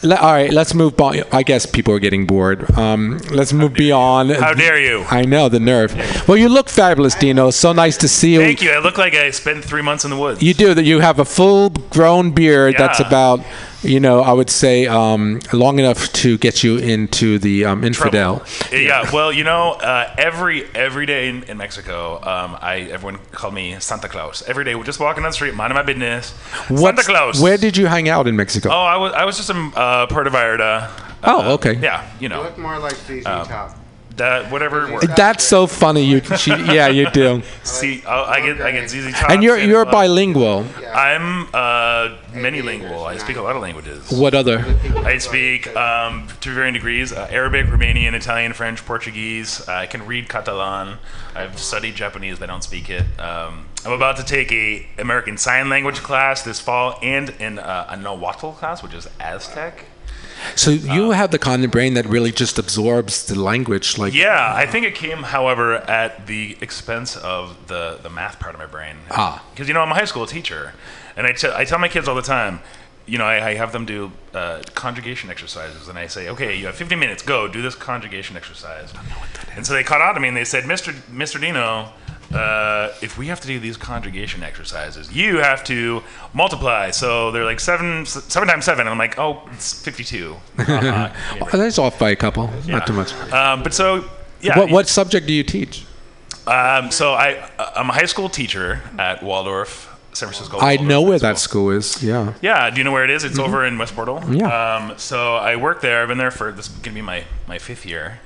Le, all right, let's move. By, I guess people are getting bored. Um, let's move beyond. How dare you. I know the nerve. Well, you look fabulous, Dino. So nice to see you. Thank you. I look like I spent three months in the woods. You do that. You have a full-grown beard that's Yeah. about, you know, I would say, um, long enough to get you into the um, infidel. Yeah. yeah, Well, you know, uh, every every day in, in Mexico, um, I everyone called me Santa Claus. Every day, we're just walking down the street, minding my business. Santa What's- Claus. Where did you hang out in Mexico? Oh, I was I was just in uh, Puerto Vallarta. Um, Oh, okay. Yeah, you know. look more like ZZ um, Top. That whatever. it works. That's so funny. You, she, yeah, you do. See, oh, I get I get ZZ Top. And you're Santa you're Claus. bilingual. I'm uh, many lingual. I speak a lot of languages. What other? I speak um, to varying degrees uh, Arabic, Romanian, Italian, French, Portuguese. I can read Catalan. I've studied Japanese, but I don't speak it. Um, I'm about to take a American Sign Language class this fall and in uh, a Nahuatl class, which is Aztec. So you have the kind of brain that really just absorbs the language. Like Yeah, I think it came, however, at the expense of the, the math part of my brain. Ah. Because, you know, I'm a high school teacher, and I, te- I tell my kids all the time, you know, I, I have them do uh, conjugation exercises, and I say, okay, you have 50 minutes, go, do this conjugation exercise. And so they caught on to me, and they said, Mr. Mr. Dino, uh, if we have to do these conjugation exercises, you have to multiply. So they're like seven, s- seven times seven. And I'm like, oh, it's 52. Uh-huh. Oh, that's off by a couple. Not too much. um, but so, yeah. what what subject do you teach? Um, so I, I'm a high school teacher at Waldorf, San Francisco. I know where that school is. Yeah. Yeah, do you know where it is? It's over in West Portal. Mm-hmm. Yeah. Um, so I work there. I've been there for this is gonna be my my fifth year.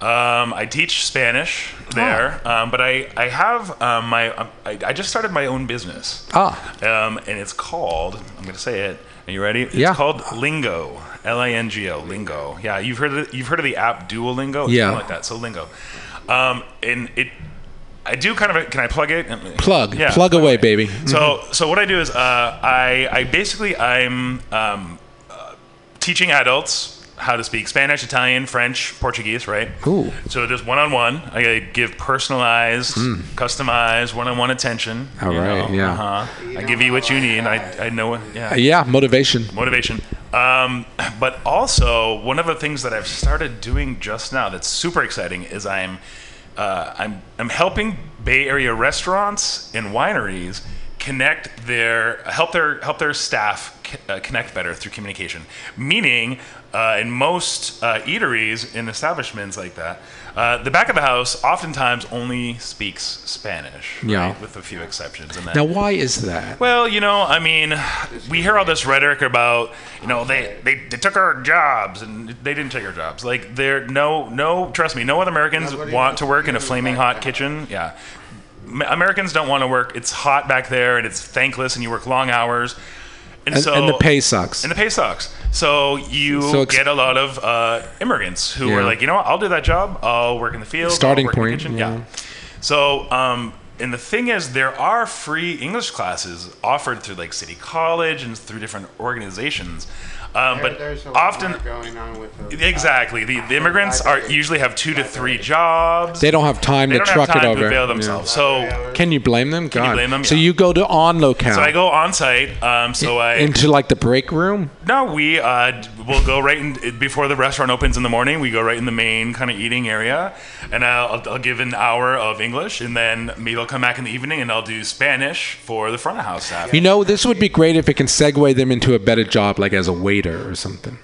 Um, I teach Spanish there, Ah. um, but I I have um, my um, I, I just started my own business. Ah. Um, and it's called I'm gonna say it. Are you ready? It's Yeah. called Lingo. L I N G O. Lingo. Yeah, you've heard of the, you've heard of the app Duolingo. It's Yeah. kinda Like that. So Lingo. Um, and it. I do kind of. a- Can I plug it? Plug. Yeah. Plug away, baby. So so what I do is uh, I I basically I'm um, uh, teaching adults how to speak Spanish, Italian, French, Portuguese, right? Ooh. So just one on one, I give personalized, Mm. customized one on one attention. Mm-hmm. All you right, know, yeah. Uh-huh. I give you what you need. I I know. Uh, Yeah. yeah, motivation. Motivation. Um, but also one of the things that I've started doing just now that's super exciting is I'm uh, I'm I'm helping Bay Area restaurants and wineries connect their help their help their staff c- uh, connect better through communication. Meaning, uh, in most uh, eateries and establishments like that, uh, the back of the house oftentimes only speaks Spanish, Yeah. right? with a few exceptions. And that, Now, why is that? well, you know, I mean, we hear all this rhetoric about, you know, they, they, they took our jobs and they didn't take our jobs. Like, there, no, no, trust me, no other Americans want to work in a flaming hot kitchen. Yeah. Ma- Americans don't want to work. It's hot back there and it's thankless and you work long hours. And, And- so, and the pay sucks. And the pay sucks. So you So ex- get a lot of uh, immigrants who are Yeah. like, you know what, I'll do that job. I'll work in the field. I'll Starting work in the point, kitchen." yeah. yeah. So, um, and the thing is, there are free English classes offered through like City College and through different organizations. Um, There- but there's a lot often, more going on with those exactly, the, the immigrants are usually have two to three jobs. They don't have time They to don't truck have time it over. to avail Yeah. themselves. So Can you blame them? God. blame them? So you go to on locale. so I go on site. Um, so I into like the break room. no, we uh, d- will go right in before the restaurant opens in the morning. We go right in the main kind of eating area, and I'll, I'll give an hour of English, and then maybe I'll come back in the evening and I'll do Spanish for the front of house staff. You know, this would be great if it can segue them into a better job, like as a waiter or something.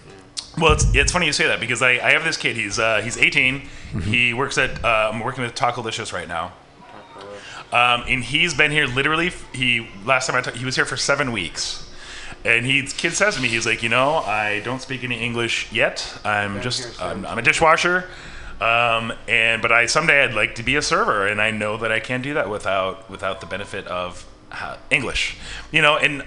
Well, it's, it's funny you say that because I, I have this kid. He's uh, he's 18. Mm-hmm. He works at uh, I'm working with Taco Licious right now, um, and he's been here literally. f- He last time I talked, he was here for seven weeks, and he kid says to me, he's like, you know, I don't speak any English yet. I'm just I'm, I'm a dishwasher, um, and but I someday I'd like to be a server, and I know that I can't do that without without the benefit of uh, English, you know, and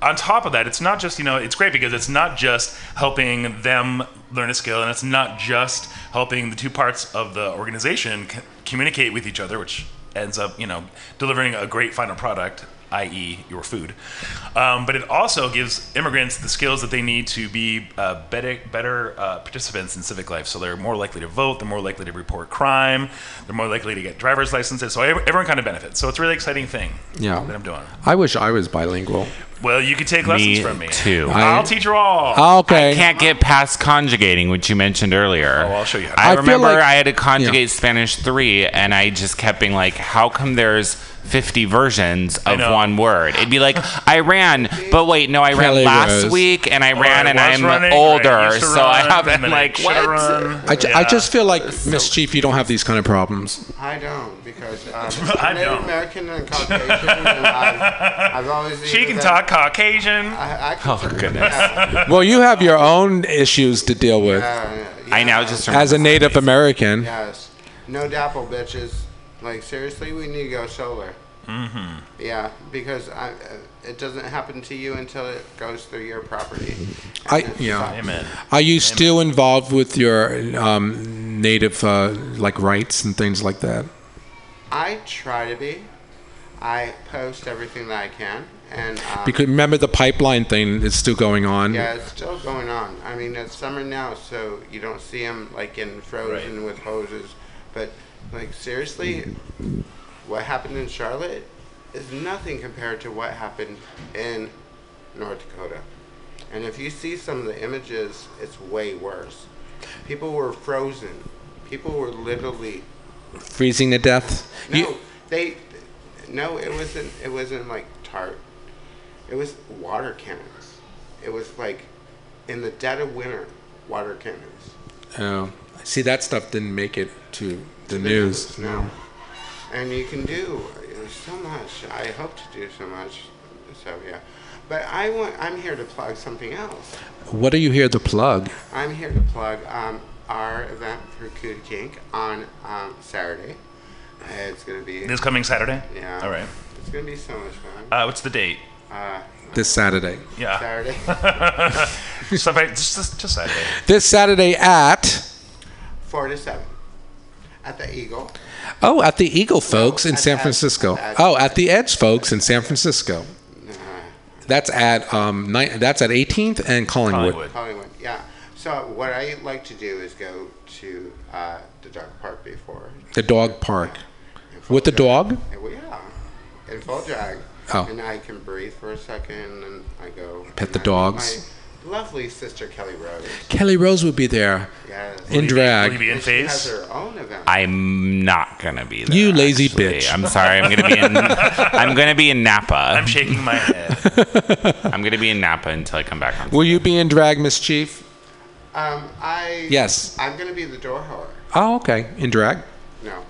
on top of that, it's not just, you know, it's great because it's not just helping them learn a skill and it's not just helping the two parts of the organization c- communicate with each other, which ends up, you know, delivering a great final product, i.e., your food. Um, but it also gives immigrants the skills that they need to be uh, better, better uh, participants in civic life. So they're more likely to vote, they're more likely to report crime, they're more likely to get driver's licenses. So ev- everyone kind of benefits. So it's a really exciting thing Yeah. that I'm doing. I wish I was bilingual. Well, you could take lessons Me from me too. I, I- will teach you all. I can't get past conjugating, which you mentioned earlier. Oh, I'll show you. how to- I, I feel remember like- I had to conjugate Spanish three, and I just kept being like, "How come there's 50 versions of know. one word?" It'd be like, "I ran, but wait, no, I ran Kelly last Rose. week, and I Or ran, I and was I'm running, or I older, used to so I run, haven't and then I like what." I, ju- I just feel like mischief. You don't have these kind of problems. I don't because um, I Native don't. American and Caucasian. and I've, I've always She either can been- talk Caucasian. I, I can Oh goodness! Well, you have your own issues to deal with I now just remember as a Native American. Yes. No dapple, bitches. Like seriously, we need to go solar. Mm-hmm. Yeah, because I, uh, it doesn't happen to you until it goes through your property. I And it yeah. sucks. Are you still involved with your um, native uh, like rights and things like that? I try to be. I post everything that I can, and um, Because remember the pipeline thing is still going on. Yeah, it's still going on. I mean, it's summer now, so you don't see them like in frozen with hoses. But like seriously, what happened in Charlotte is nothing compared to what happened in North Dakota. And if you see some of the images, it's way worse. People were frozen. People were literally Freezing to death. no, they. No, it wasn't. It wasn't like tart. It was water cannons. It was like in the dead of winter, water cannons. Oh, Um, see that stuff didn't make it to the news. No. And you can do uh, so much. I hope to do so much. So yeah, but I want. I'm here to plug something else. What are you here to plug? I'm here to plug. Um, our event for Cood Kink on um, Saturday. Uh, It's gonna be This coming Saturday? Yeah. All right. It's gonna be so much fun. Uh, what's the date? Uh, This Saturday. Yeah. Saturday. so if I, just, just, just Saturday. This Saturday at Four to seven at the Eagle. oh at the Eagle, folks, in San Edge. Francisco. At Edge. Oh, at the Edge, folks, in San Francisco. That's at um ni- that's at 18th and Collingwood. Hollywood, yeah. So what I like to do is go to uh, the dog park before. The dog park. With the dog? And we yeah, in full drag. Oh. And I can breathe for a second, and I go. Pet and the I meet dogs. My lovely sister Kelly Rose. Kelly Rose will be there Yes. in drag. And she has her own event. I'm not gonna be there. You lazy actually. bitch. I'm sorry. I'm gonna be in. I'm gonna be in Napa. I'm shaking my head. I'm gonna be in Napa until I come back home. Will you be in drag, Miss Chief? Um, I. Yes. I'm gonna be the door hauler. Oh, okay. In drag. No.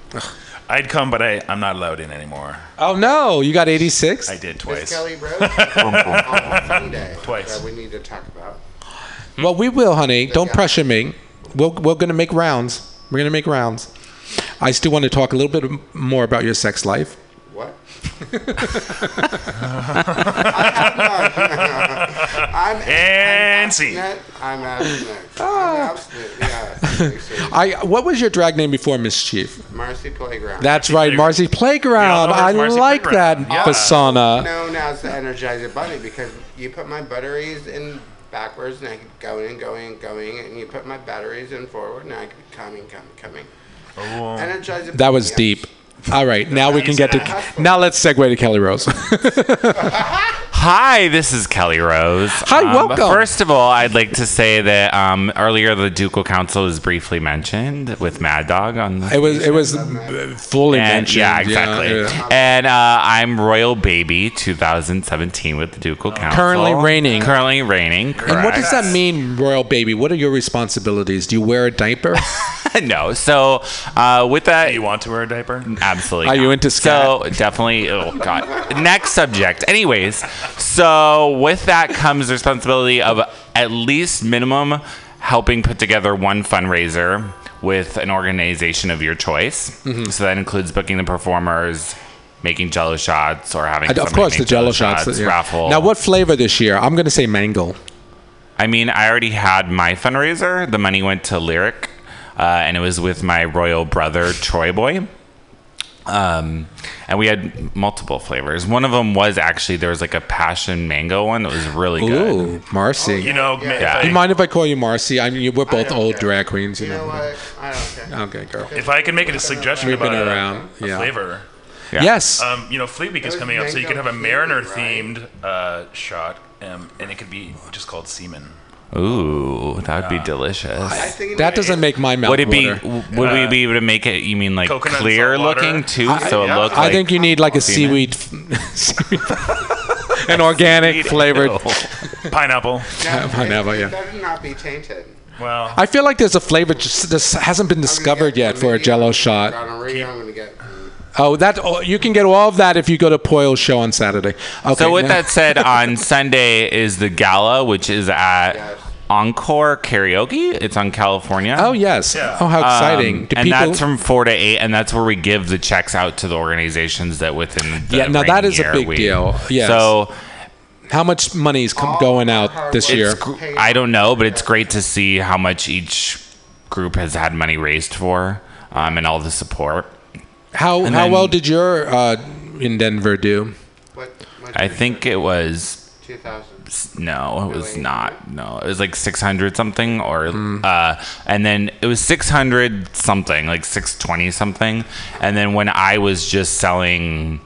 I'd come, but I, I'm not allowed in anymore. Oh no, you got 86. I did Miss twice. Kelly Rose on Sunday Twice. that we need to talk about. Well, we will, honey. Don't pressure me. We'll, we're going to make rounds. We're going to make rounds. I still want to talk a little bit m- more about your sex life. What? I'm, and I'm abstinent. I'm abstinent. Ah. I'm abstinent. Yeah. I what was your drag name before Miss Chief? Marcy Playground. That's right, Marcy Playground. Yeah, no, I it's Marcy like Playground. that Yeah. persona. No, now it's the Energizer Bunny because you put my batteries in backwards and I keep going and going and going, and you put my batteries in forward and I keep coming, coming, coming. Oh. Energizer. That was Bunny, deep. All right, now we can get to now. Let's segue to Kelly Rose. Hi, this is Kelly Rose. Hi, welcome. First of all, I'd like to say that um, earlier the Ducal Council was briefly mentioned with Mad Dog on the it was it was fully and, mentioned. Yeah, exactly. yeah. And uh, I'm Royal Baby 2017 with the Ducal Council. Currently reigning. Currently reigning. Correct. And what does that mean, royal baby? What are your responsibilities? Do you wear a diaper? no. So uh, with that, You want to wear a diaper? absolutely. Are you not. into So definitely. Oh God. Next subject. Anyways, so with that comes the responsibility of at least minimum helping put together one fundraiser with an organization of your choice. Mm-hmm. So that includes booking the performers. Making jello shots or having I- of somebody course, the make uh, Jello shots. yeah. raffle. Now, what flavor this year? I'm going to say mango. I mean, I already had my fundraiser. The money went to Lyric, uh, and it was with my royal brother, Troy Boy. Um, and we had multiple flavors. One of them was actually there was like a passion mango one that was really good. Ooh, Marcy. You know, ma- Yeah. if, Do you I, mind if I call you Marcy? I mean, you- we're both old drag queens, you, You know. know what? I don't care. Okay, girl. if I can make it a suggestion We've been about a, around, a yeah. flavor, Yeah. Yes. um, you know, Fleet Week is There's coming up, so you mango could have a Fleet Week, Mariner right? themed uh, shot, um, and it could be just called semen. Ooh, that would be I delicious. think that doesn't make my mouth Would it be? water. Would we be able to make it? You mean like Coconut clear salt water. looking too, so it yeah. looked I like think you need like a semen. seaweed, seaweed an organic flavored Pineapple. No, Pineapple, it, yeah. it better not be tainted. Well, I feel like there's a flavor just this hasn't been discovered yet for a Jello shot. Gonorrhea, I'm gonna get. Oh, that oh, you can get all of that if you go to Poyle's show on Saturday. Okay, So with now- that said, on Sunday is the gala, which is at Yes. Encore Karaoke. It's on California. Oh yes. Oh how Um, exciting! Do and people- that's from four to eight, and that's where we give the checks out to the organizations that within. The Yeah, now that reigning is a year big we- deal. Yes. So how much money is com- All going hard out this work. year? it's, gr- I don't know, but it's great to see how much each group has had money raised for, um, and all the support. How And how then- well did your uh, in Denver do? What? what I think it was 2000. No, it was not. No, it was like 600 something, or Mm. uh, and then it was 600 something, like 620 something. And then when I was just selling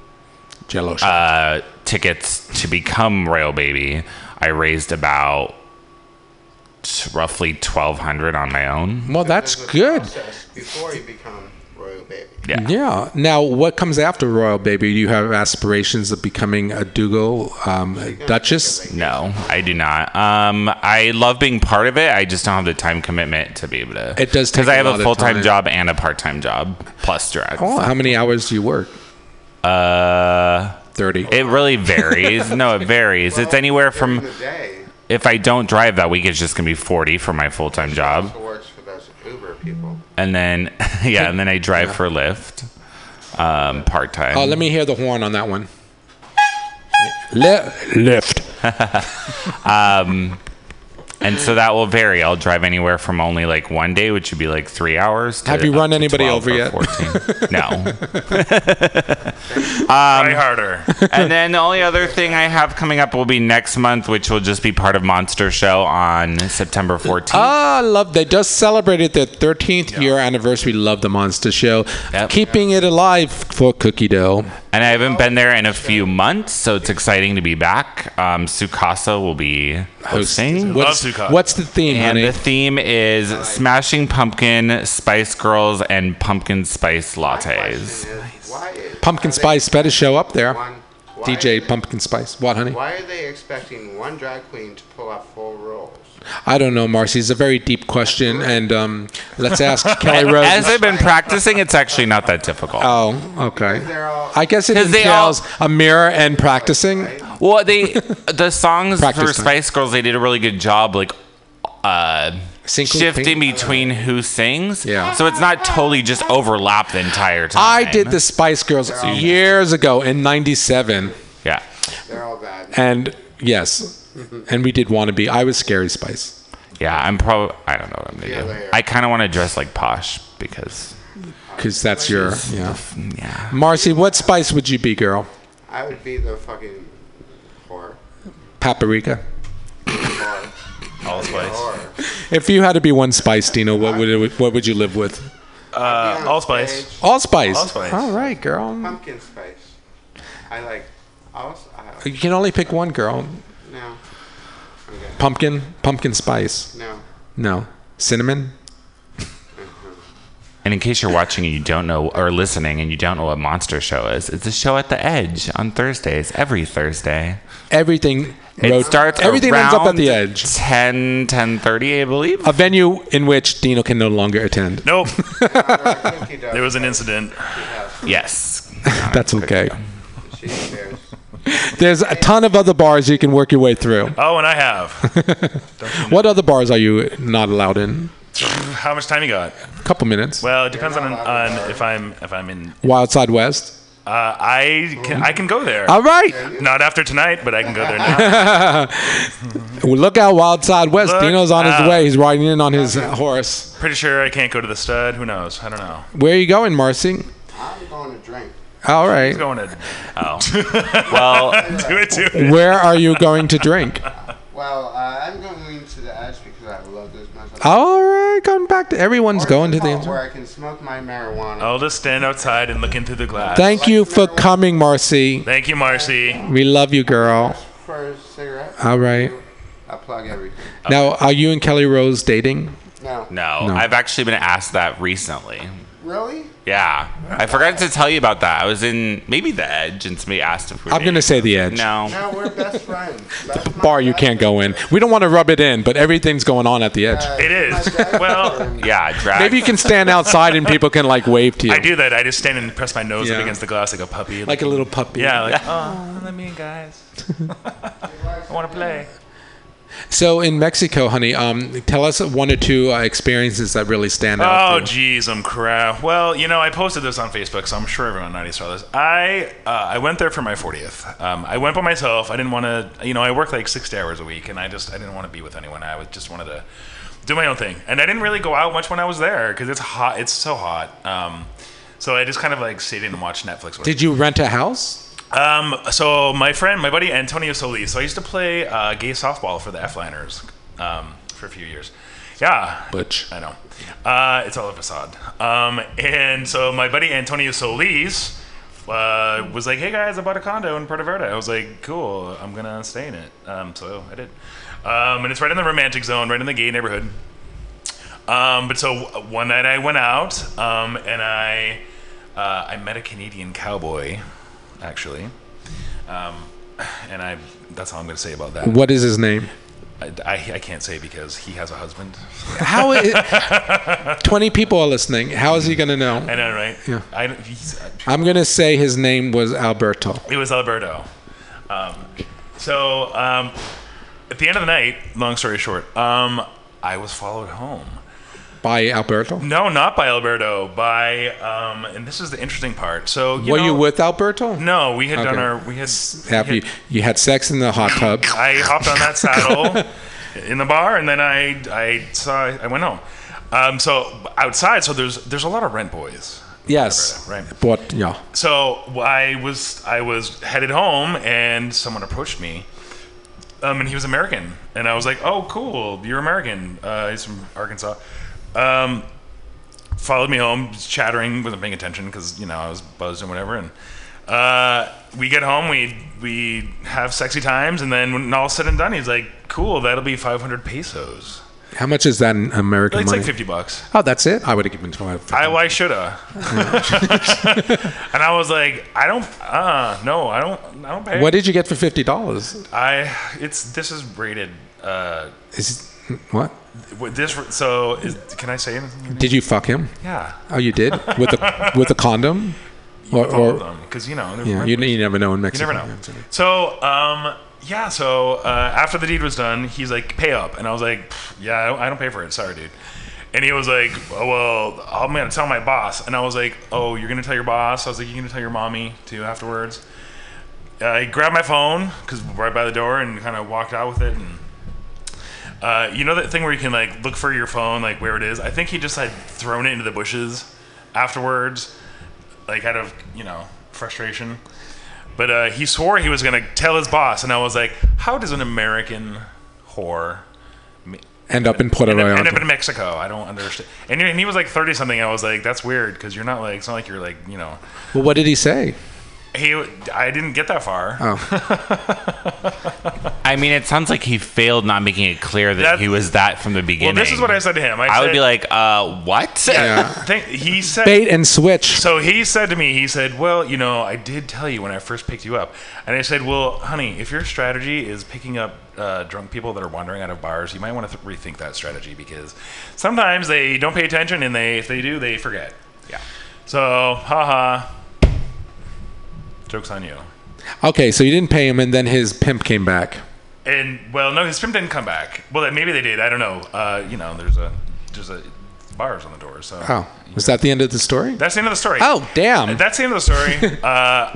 Jello shot. uh, tickets to become Royal Baby, I raised about t- roughly 1200 on my own. well, that's There's a good. process Before you become royal baby. Yeah. Yeah. Now, what comes after Royal Baby? Do you have aspirations of becoming a Dougal, um, a Duchess? No, I do not. Um, I love being part of it. I just don't have the time commitment to be able to. It does take I a have lot a of full time time. job and a part time job plus drag. Oh, how many hours do you work? Uh, Thirty. It really varies. no, it varies. it's anywhere from During the day, if I don't drive that week, it's just gonna be forty for my full time job. also works for those Uber and then yeah, and then I drive for Lyft, um, part time. Uh, let me hear the horn on that one. Le- Lyft. um, and so that will vary. I'll drive anywhere from only like one day, which would be like three hours. to Have you up run to anybody 12 over or yet? 14. No. um, Try harder. and then the only other thing I have coming up will be next month, which will just be part of Monster Show on September 14th. Ah, love. They just celebrated their 13th year anniversary. Love the Monster Show. Keeping it alive for Cookie Dough. And I haven't been there in a few months, so it's exciting to be back. Um, Sukasa will be hosting. What's- Love Sukasa. what's the theme, And honey? the theme is Smashing Pumpkin, Spice Girls, and Pumpkin Spice Lattes. Pumpkin Spice better show up there. DJ Pumpkin Spice. What, honey? Why are they expecting one drag queen to pull off full roles? I don't know, Marcy. It's a very deep question, and um, let's ask Kelly Rose. As I've been practicing, it's actually not that difficult. Oh, okay. I guess it 'Cause they all- entails a mirror and practicing. Well, they the songs for Practice time. Spice Girls, they did a really good job, like uh, shifting between who sings. Yeah. So it's not totally just overlap the entire time. I did the Spice Girls years ago in '97. Yeah. They're all bad. And yes, and we did wannabe. I was Scary Spice. Yeah, I'm probably. I don't know what I'm gonna Yeah, do. they are. I kind of want to dress like posh because. Because that's your yeah. yeah. Marcy, what spice would you be, girl? I would be the fucking whore. Paprika. Whore. Allspice. If you had to be one spice, Dino, what would it, what would you live with? Uh, allspice. Allspice. Allspice. All right, girl. Pumpkin spice. I like. alls- I, You can only pick one, girl. no. Pumpkin. Pumpkin spice. No. No. Cinnamon. And in case you're watching and you don't know, or listening and you don't know what Monster Show is, it's a show at the Edge on Thursdays, every Thursday. Everything. It road- starts Everything ends up at the around edge. 10, 10.30, I believe. A venue in which Dino can no longer attend. Nope. there was an incident. Yes. That's okay. She cares. There's a ton of other bars you can work your way through. Oh, and I have. what other bars are you not allowed in? How much time you got? A couple minutes. Well, it depends on, on if I'm if I'm in. Wild Side West. Uh, I can I can go there. All right. Not after tonight, but I can go there now. well, look out, Wild Side West. Look Dino's on out. his way. He's riding in on his horse. Pretty sure I can't go to the stud. Who knows? I don't know. Where are you going, Marcy? I'm going to drink. All He's right. going to. Oh. well, do it to it. Where are you going to drink? Well, uh, I'm going to the edge because I love this much. All right, going back to everyone's going to Hall the. where I can smoke my marijuana. I'll just stand outside and look into the glass. Thank you for coming, Marcy. Thank you, Marcy. We love you, girl. For a cigarette, All right. I plug everything. Now, are you and Kelly Rose dating? No. no, No. I've actually been asked that recently. Really? Yeah, I forgot to tell you about that. I was in maybe the Edge, and somebody asked if we. Were I'm gonna dating. say The Edge. No, Now we're best friends. That's my Bar you can't go in. We don't want to rub it in, but everything's going on at the edge. dad. It is. Well, yeah, drag. Maybe you can stand outside and people can like wave to you. I do that. I just stand and press my nose Yeah. up against the glass like a puppy. Like a little puppy. Yeah. Like, oh, let me in, guys. I want to play. So in Mexico, honey, um, tell us one or two uh, experiences that really stand out. Oh, for you. jeez, I'm crap. Well, you know, I posted this on Facebook, so I'm sure everyone already saw this. I uh, I went there for my 40th. Um, I went by myself. I didn't want to, you know, I worked like 60 hours a week, and I just I didn't want to be with anyone. I was just wanted to do my own thing, and I didn't really go out much when I was there because it's hot. It's so hot. Um, so I just kind of like stayed in and watched Netflix. with Did you rent a house? um, so my friend, my buddy Antonio Solis. So I used to play uh, gay softball for the F-Liners um, for a few years. Yeah, Butch. I know. Uh, it's all a facade. Um, and so my buddy Antonio Solis uh, was like, "Hey guys, I bought a condo in Puerto Verde." I was like, "Cool, I'm gonna stay in it." Um, so I did. Um, and it's right in the romantic zone, right in the gay neighborhood. Um, but so w- one night I went out um, and I uh, I met a Canadian cowboy, actually, um, and I that's all I'm going to say about that. What is his name? I, I, I can't say because he has a husband. How i- Twenty people are listening. How is he gonna know? I know, right? Yeah. I, he's, I'm gonna say his name was Alberto. It was Alberto. Um, so um, at the end of the night, long story short, um, I was followed home. by Alberto? No, not by Alberto. By um, and this is the interesting part. So you Were know, you with Alberto? No, we had done Okay. our we had Have you, you had sex in the hot tub? I hopped on that saddle in the bar, and then I I saw I went home. Um, so outside, so there's there's a lot of rent boys. Yes. Right. But yeah. So I was I was headed home, and someone approached me, um, and he was American, and I was like, "Oh, cool, you're American." Uh, he's from Arkansas. Um, followed me home, was chattering, wasn't paying attention because you know I was buzzed and whatever. And uh, we get home, we we have sexy times, and then when all said and done, he's like, "Cool, that'll be 500 pesos." How much is that in American It's like money? 50 bucks. Oh, that's it. I would have given twenty. I why shoulda? and I was like, I don't. Uh, no, I don't. I don't pay. What did you get for fifty dollars? I it's this is rated. Uh, Is what? with this so is, can I say anything? Did you fuck him? Yeah. Oh, you did with a with a condom, or, All of them, because you know. they're yeah, you, you never know in Mexico. You never know. So, um, yeah. So uh, after the deed was done, he's like, "Pay up," and I was like, "Pff, "Yeah, I don't, I don't pay for it. Sorry, dude." And he was like, oh, "Well, I'm gonna tell my boss." And I was like, "Oh, you're gonna tell your boss?" I was like, "You're gonna tell your mommy too afterwards." I grabbed my phone because right by the door and kind of walked out with it. And uh, you know that thing where you can like look for your phone, like where it is. I think he just had thrown it into the bushes afterwards, like out of you know frustration. But uh, he swore he was gonna tell his boss, and I was like, "How does an American whore End up in Puerto Oh, end up Vallarta. in Mexico? I don't understand." And, he- and he was like thirty something. I was like, "That's weird because you're not like it's not like you're like you know." Well, what did he say? He, I didn't get that far. Oh, I mean, it sounds like he failed not making it clear that, That- he was that from the Well, beginning. this is what I said to him. I, I would said- be like, uh, what? Think- he said bait and switch. So he said to me, he said, "Well, you know, I did tell you when I first picked you up." And I said, "Well, honey, if your strategy is picking up uh, drunk people that are wandering out of bars, you might want to th- rethink that strategy because sometimes they don't pay attention, and they if they do, they forget." Yeah. So, haha. Jokes on you. Okay, so you didn't pay him, and then his pimp came back. And well, no, his pimp didn't come back. Well, maybe they did. I don't know. Uh, you know, there's a there's a bars on the door. So Oh, was that the end of the story? That's the end of the story. Oh, damn. That's the end of the story. uh,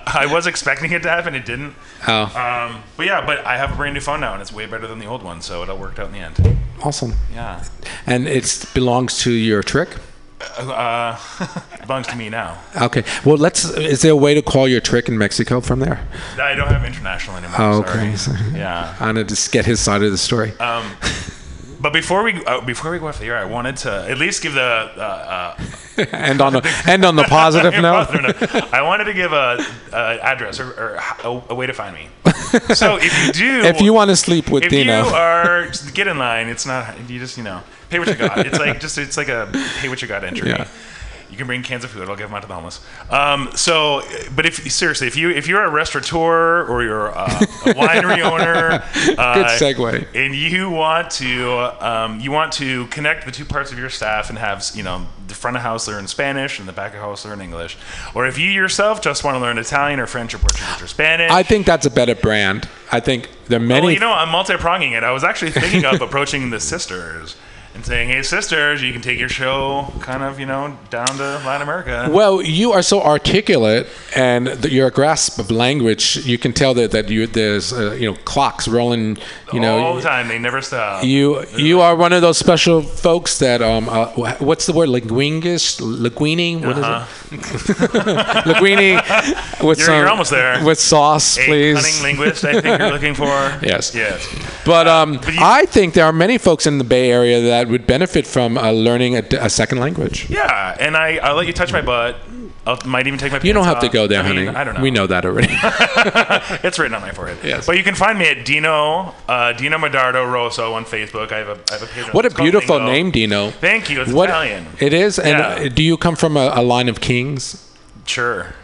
I was expecting it to happen, it didn't. Oh. Um, but yeah, but I have a brand new phone now, and it's way better than the old one, so it all worked out in the end. Awesome. Yeah. And it belongs to your trick. Uh, it belongs to me now. Okay. Well, let's. Is there a way to call your trick in Mexico from there? I don't have international anymore. Oh, sorry. okay. Yeah. I wanted to just get his side of the story. Um, but before we uh, before we go off the air, I wanted to at least give the uh, uh, end on the end on the positive note. Positive note. I wanted to give a, a address or, or a, a way to find me. So if you do, If you want to sleep with if Dino. you are just get in line. It's not you just you know pay what you got. It's like just it's like a pay what you got entry. Yeah. You can bring cans of food. I'll give them out to the homeless. Um, so, but if seriously, if you if you're a restaurateur or you're a, a winery owner, uh, Good segue. and you want to um, you want to connect the two parts of your staff and have you know the front of house learn Spanish and the back of house learn English, or if you yourself just want to learn Italian or French or Portuguese or Spanish. I think that's a better brand. I think there are many. Well, Oh, you know, I'm multi-pronging it. I was actually thinking of approaching the sisters and saying, "Hey, sisters, you can take your show kind of, you know, down to Latin America." Well, you are so articulate, and th your grasp of language, you can tell that, that you there's uh, you know clocks rolling. You know, all the time they never stop. you you are one of those special folks that um uh, wh- what's the word linguingus linguini what is it linguini with Uh-huh. You're- you're some- almost there. with sauce A please cunning linguist, I think you're looking for. Yes. Yes. But um, I think there are many folks in the Bay Area that would benefit from uh, learning a, d- a second language. Yeah, and I I'll let you touch my butt. I might even take my. You don't pants have to off. go there, I mean, honey. I don't know. We know that already. it's written on my forehead. Yes. But you can find me at Dino uh, Dino Medardo Rosso on Facebook. I have a I have a page. on- what a it's called beautiful Lingo. name, Dino. Thank you. It's What- Italian. It is. And Yeah. uh do you come from a, a line of kings Sure.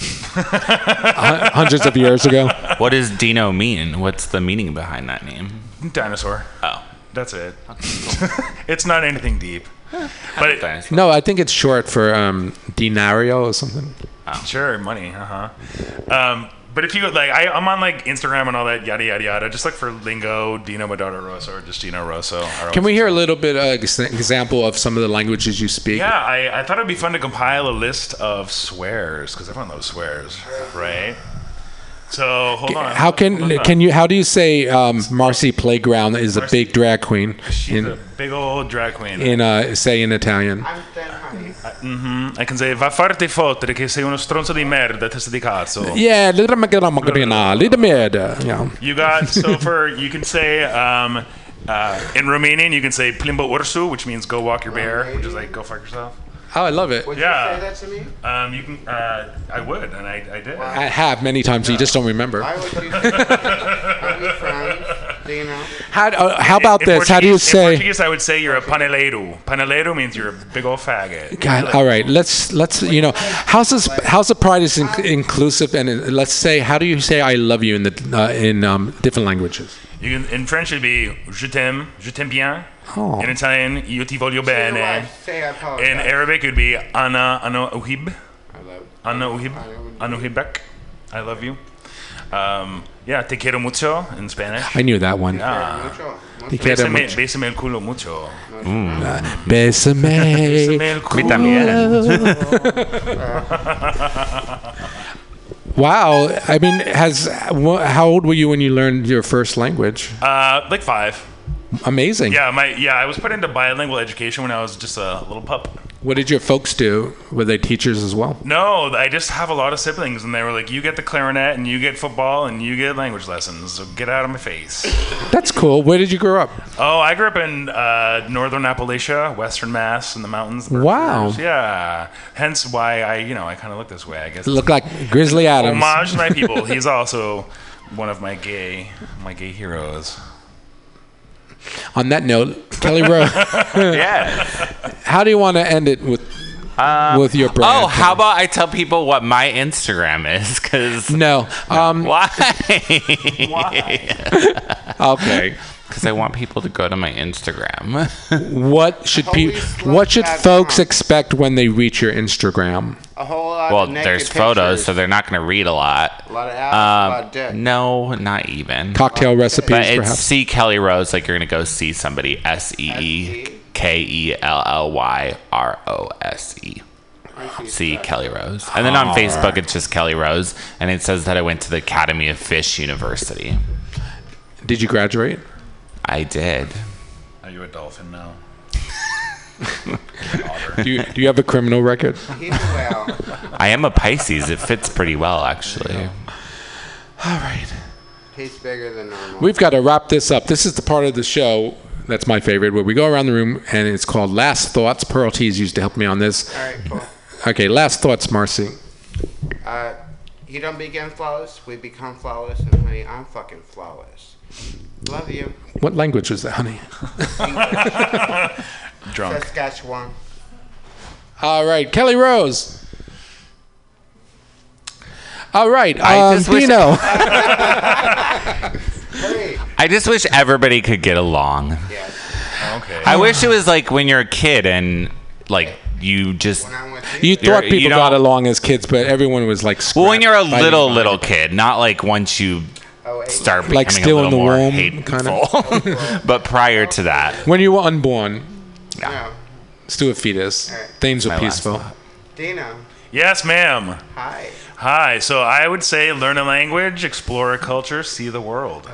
hun- hundreds of years ago? What does Dino mean? What's the meaning behind that name? Dinosaur. Oh. That's it. it's not anything deep. But it, No, I think it's short for um, denario or something. Sure, money. Uh huh. Um, But if you like, I, I'm on like Instagram and all that, yada yada yada. Just look for Lingo Dino Madonna Rosso or just Dino Rosso. Our Can we hear a little bit uh, ex- example of some of the languages you speak? Yeah, I, I thought it'd be fun to compile a list of swears because everyone loves swears, right? So hold on. How can hold on. can you? How do you say um, Marcy Playground is a big drag queen in big old drag queen? in uh, say in Italian? hmm I can say va farti fottere che sei uno stronzo di merda testa di cazzo. Yeah, little Magrina, Magrina, little Merda, Yeah. You got so for you can say um, uh, in Romanian you can say plimbo ursu, which means go walk your bear, which is like go fuck yourself. Oh, I love it. yeah. Say that to me. Um, you can. Uh, I would, and I, I did. I have many times. You just don't remember. Why would you? Are we friends? Do you know? How, uh, how about In this? How do you Portuguese- In say? Portuguese, I would say you're a paneleiro. Paneleiro means you're a big old faggot. God, all right. Let's let's you know, how's this, how's the pride is in, inclusive and uh, let's say how do you say I love you in the uh, in um, different languages? You can, in French, it'd be je t'aime, je t'aime bien. Oh. In Italian, io ti voglio bene. Say I apologize. In Arabic, it would be ana ana uhib. I love. Ana uhib. Ana uhibek. I love you. Um, yeah, te quiero mucho in Spanish. I knew that one. Yeah. Mucho, mucho. Te quiero Bésame, mucho. Mm. bésame el culo mucho. Bésame el Bésame. culo. Wow. I mean, has wha- how old were you when you learned your first language? Uh, like five. Amazing. Yeah, my yeah, I was put into bilingual education when I was just a little pup. What did your folks do? Were they teachers as well? No, I just have a lot of siblings, and they were like, "You get the clarinet, and you get football, and you get language lessons. So get out of my face." That's cool. Where did you grow up? oh, I grew up in uh, northern Appalachia, western Mass, in the mountains. the Wow. Berkshires. Yeah. Hence why I, you know, I kind of look this way. I guess. Look like Grizzly Adams. Homage to my people. He's also one of my gay, my gay heroes. On that note, Kelly Rowe, yeah. how do you want to end it with Um, with your brand? Oh, how about I tell people what my Instagram is? Because no. Um, why? Why? okay. Because I want people to go to my Instagram. What should Holy people? slut What should cat folks mom. expect when they reach your Instagram? A whole lot well, of naked there's photos, pictures. so they're not going to read a lot. A lot of ass, a lot Um, of dick. no, not even. Cocktail recipes, but it's perhaps. see Kelly Rose like you're gonna go see somebody. S E E K E L L Y R O S E. See Kelly Rose, and Oh. then on Facebook it's just Kelly Rose, and it says that I went to the Academy of Fish University. Did you graduate? I did. Are you a dolphin now? Do you, do you have a criminal record? He's a whale. I am a Pisces. It fits pretty well, actually. All right. He's bigger than normal. We've got to wrap this up. This is the part of the show that's my favorite, where we go around the room and it's called Last Thoughts. Pearl T's used to help me on this. All right, cool. Okay, Last Thoughts, Marcy. Uh, you don't begin flawless, we become flawless, and honey, I'm fucking flawless. Love you. What language was that, honey? Drunk. Saskatchewan. All right, Kelly Rose. All right, I um, just wish- Dino. Hey. I just wish everybody could get along. Yeah. Okay. I wish it was like when you're a kid and like you just When I'm with you. you thought you people don't- got along as kids, but everyone was like. well when you're a scrapped by little the- little kid, not like once you Oh, hey. start Like becoming still a in little the more womb, hateful. but prior to that, When you were unborn, No. still a fetus. All right. Things were My last peaceful. Dino. Yes, ma'am. Hi. Hi. So I would say learn a language, explore a culture, see the world.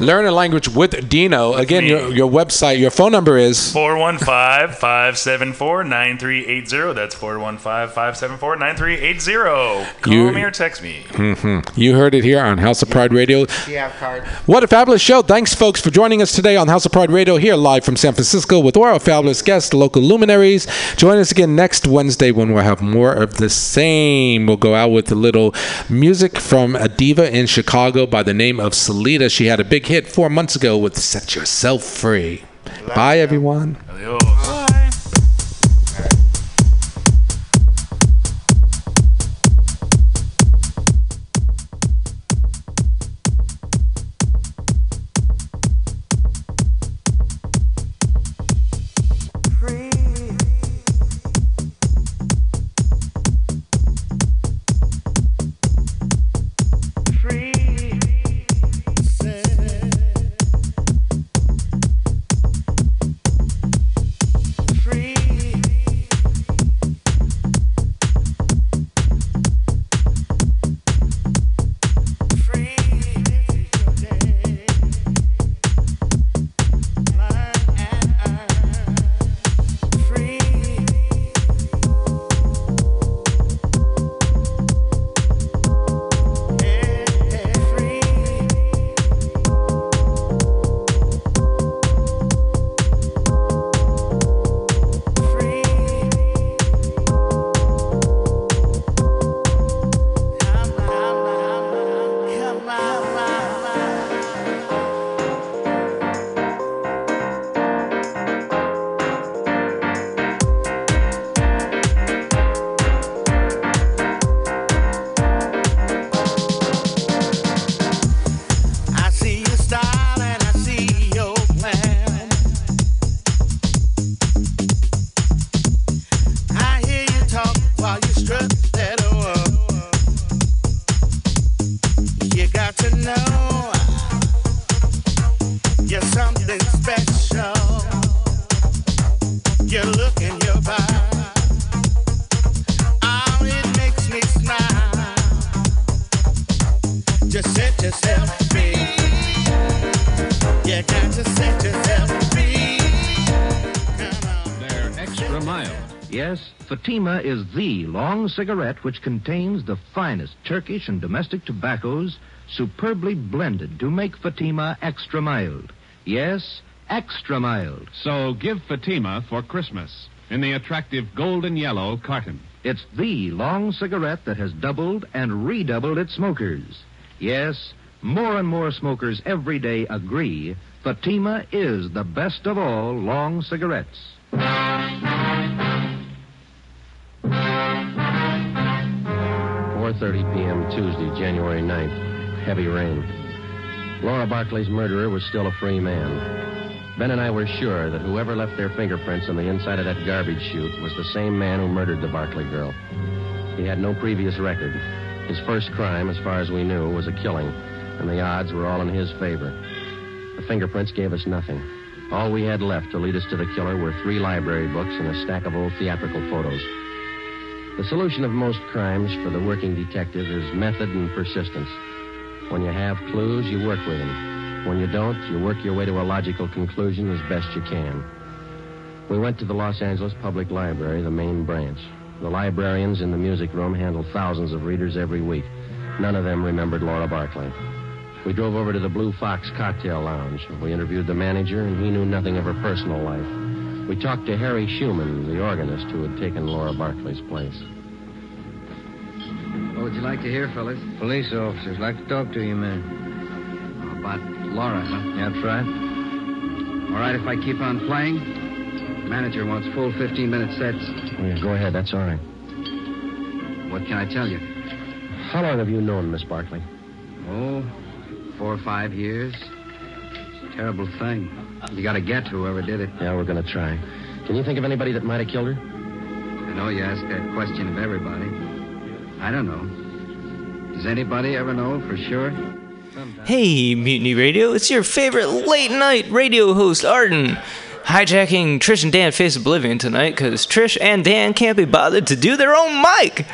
Learn a language with Dino. Again, me. your, your website, your phone number is 415-574-9380. That's 415-574-9380. Call You- me or text me. Mm-hmm. You heard it here on House of Pride Radio. Do you have cards? What a fabulous show. Thanks, folks, for joining us today on House of Pride Radio here live from San Francisco with our fabulous guests, local luminaries. Join us again next Wednesday when we'll have more of the same. We'll go out with a little music from a diva in Chicago by the name of Salida. She had a big hit four months ago with Set Yourself Free. Bye, everyone. Adios. free. special. Your look and your vibe. Oh, it makes me smile. Just set yourself free. You got to set yourself free. They're extra mild. Yes, Fatima is the long cigarette which contains the finest Turkish and domestic tobaccos, superbly blended to make Fatima extra mild. Yes, extra mild. So give Fatima for Christmas in the attractive golden yellow carton. It's the long cigarette that has doubled and redoubled its smokers. Yes, more and more smokers every day agree Fatima is the best of all long cigarettes. Four thirty p.m. Tuesday, January 9th. Heavy rain. Laura Barclay's murderer was still a free man. Ben and I were sure that whoever left their fingerprints on the inside of that garbage chute was the same man who murdered the Barclay girl. He had no previous record. His first crime, as far as we knew, was a killing, and the odds were all in his favor. The fingerprints gave us nothing. All we had left to lead us to the killer were three library books and a stack of old theatrical photos. The solution of most crimes for the working detective is method and persistence. When you have clues, you work with them. When you don't, you work your way to a logical conclusion as best you can. We went to the Los Angeles Public Library, the main branch. The librarians in the music room handle thousands of readers every week. None of them remembered Laura Barclay. We drove over to the Blue Fox Cocktail Lounge. We interviewed the manager, and he knew nothing of her personal life. We talked to Harry Schumann, the organist who had taken Laura Barclay's place. What would you like to hear, fellas? Police officers. Like to talk to you, man. About Laura, huh? That's right. All right, if I keep on playing. Manager wants full 15 minute sets. Oh, yeah, go ahead, that's all right. What can I tell you? How long have you known Miss Barclay? Oh, four or five years. Terrible thing. You gotta get to whoever did it. Yeah, we're gonna try. Can you think of anybody that might have killed her? I know you ask that question of everybody. I don't know. Does anybody ever know for sure? Hey, Mutiny Radio, it's your favorite late night radio host, Arden, hijacking Trish and Dan Face Oblivion tonight because Trish and Dan can't be bothered to do their own mic.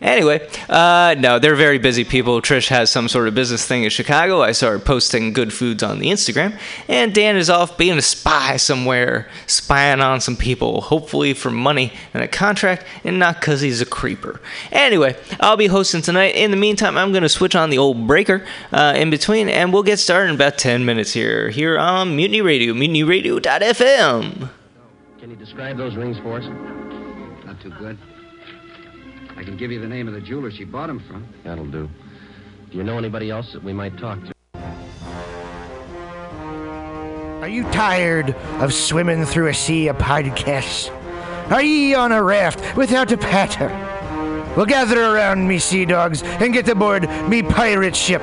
Anyway, uh, no, they're very busy people. Trish has some sort of business thing in Chicago. I saw her posting good foods on the Instagram. And Dan is off being a spy somewhere, spying on some people, hopefully for money and a contract, and not because he's a creeper. Anyway, I'll be hosting tonight. In the meantime, I'm going to switch on the old breaker uh, in between, and we'll get started in about 10 minutes here, here on Mutiny Radio, mutinyradio.fm. Can you describe those rings for us? Not too good. I can give you the name of the jeweler she bought him from. That'll do. Do you know anybody else that we might talk to? Are you tired of swimming through a sea of podcasts? Are ye on a raft without a paddle? Well, gather around me, sea dogs, and get aboard me pirate ship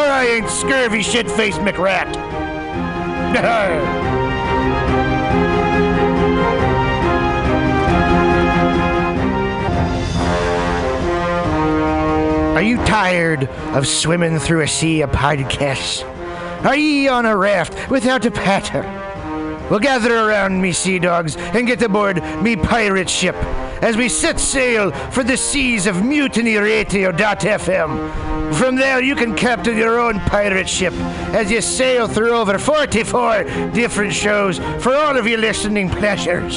I ain't scurvy shit faced McRat. Are you tired of swimming through a sea of podcasts? Are ye on a raft without a paddle? Well, gather around me, sea dogs, and get aboard me pirate ship as we set sail for the seas of mutinyradio.fm. From there, you can captain your own pirate ship as you sail through over 44 different shows for all of your listening pleasures.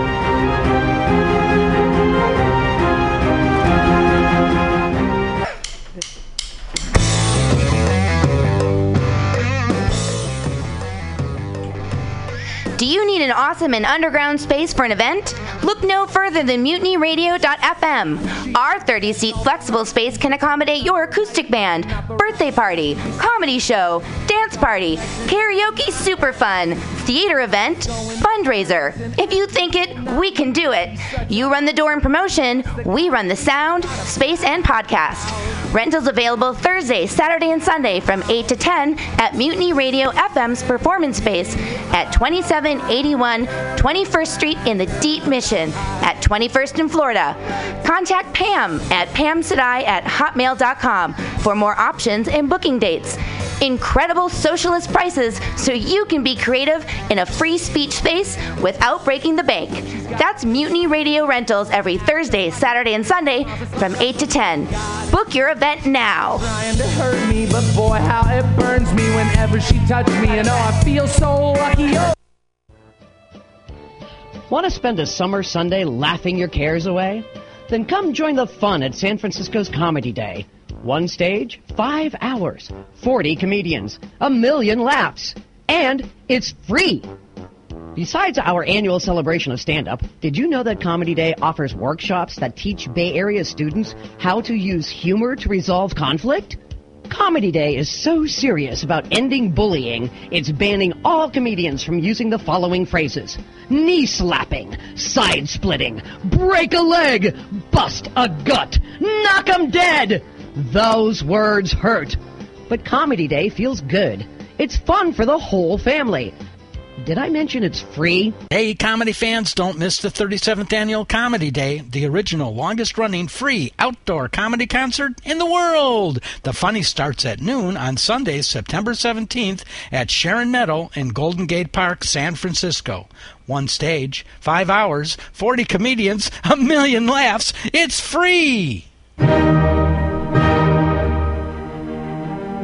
need an awesome and underground space for an event? Look no further than mutinyradio.fm. Our 30 seat flexible space can accommodate your acoustic band, birthday party, comedy show, dance party, karaoke super fun, theater event, fundraiser. If you think it, we can do it. You run the door and promotion, we run the sound, space, and podcast. Rentals available Thursday, Saturday, and Sunday from 8 to 10 at Mutiny Radio FM's performance space at 2781 21st Street in the Deep Mission at 21st in Florida. Contact Pam at pamsadai at hotmail.com for more options and booking dates. Incredible socialist prices so you can be creative in a free speech space without breaking the bank. That's Mutiny Radio Rentals every Thursday, Saturday, and Sunday from 8 to 10. Book your event now. trying to hurt me, but boy, how it burns me whenever she touched me, and oh, I feel so lucky. Oh. Want to spend a summer Sunday laughing your cares away? Then come join the fun at San Francisco's Comedy Day. One stage, five hours, 40 comedians, a million laughs, and it's free! Besides our annual celebration of stand up, did you know that Comedy Day offers workshops that teach Bay Area students how to use humor to resolve conflict? Comedy Day is so serious about ending bullying, it's banning all comedians from using the following phrases knee slapping, side splitting, break a leg, bust a gut, knock 'em dead. Those words hurt. But Comedy Day feels good. It's fun for the whole family. Did I mention it's free? Hey, comedy fans, don't miss the 37th Annual Comedy Day, the original, longest running free outdoor comedy concert in the world. The funny starts at noon on Sunday, September 17th at Sharon Meadow in Golden Gate Park, San Francisco. One stage, five hours, 40 comedians, a million laughs. It's free!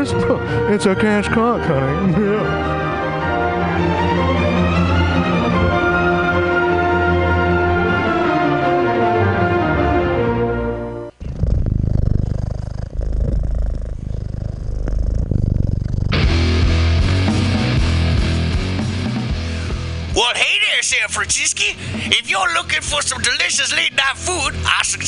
It's a cash cock, honey. Yeah. Well, hey there, Chef Franciski. If you're looking for some delicious late night food, I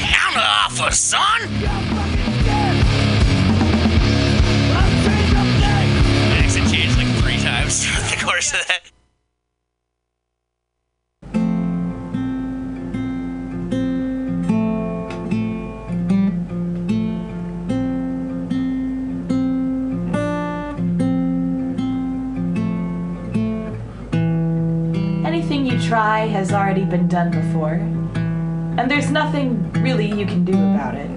Counter offer, son. because of that. Anything you try has already been done before, and there's nothing really you can do about it.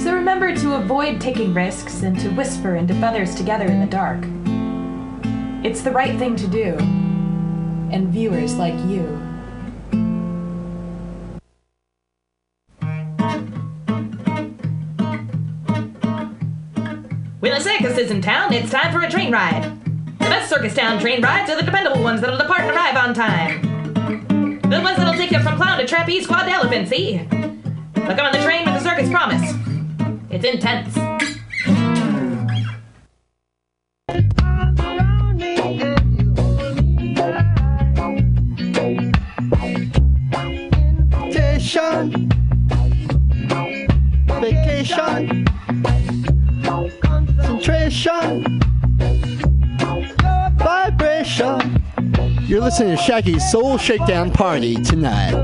So remember to avoid taking risks and to whisper and to feathers together in the dark. It's the right thing to do, and viewers like you. Wheeler Circus is in town. It's time for a train ride. The best circus town train rides are the dependable ones that'll depart and arrive on time. The ones that'll take you from clown to trapeze quad to elephant, see? Look, I'm on the train with the circus promise. It's intense. Vacation. Vacation. Concentration. Vibration. You're listening to Shaggy's Soul Shakedown Party tonight.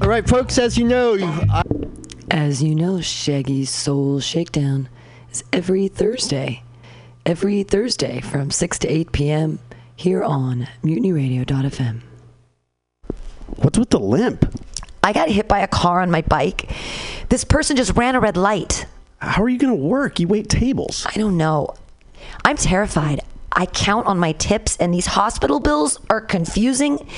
All right, folks, as you know, I- As you know, Shaggy's Soul Shakedown is every Thursday. Every Thursday from 6 to 8 p.m. here on mutinyradio.fm. What's with the limp? I got hit by a car on my bike. This person just ran a red light. How are you going to work? You wait tables. I don't know. I'm terrified. I count on my tips, and these hospital bills are confusing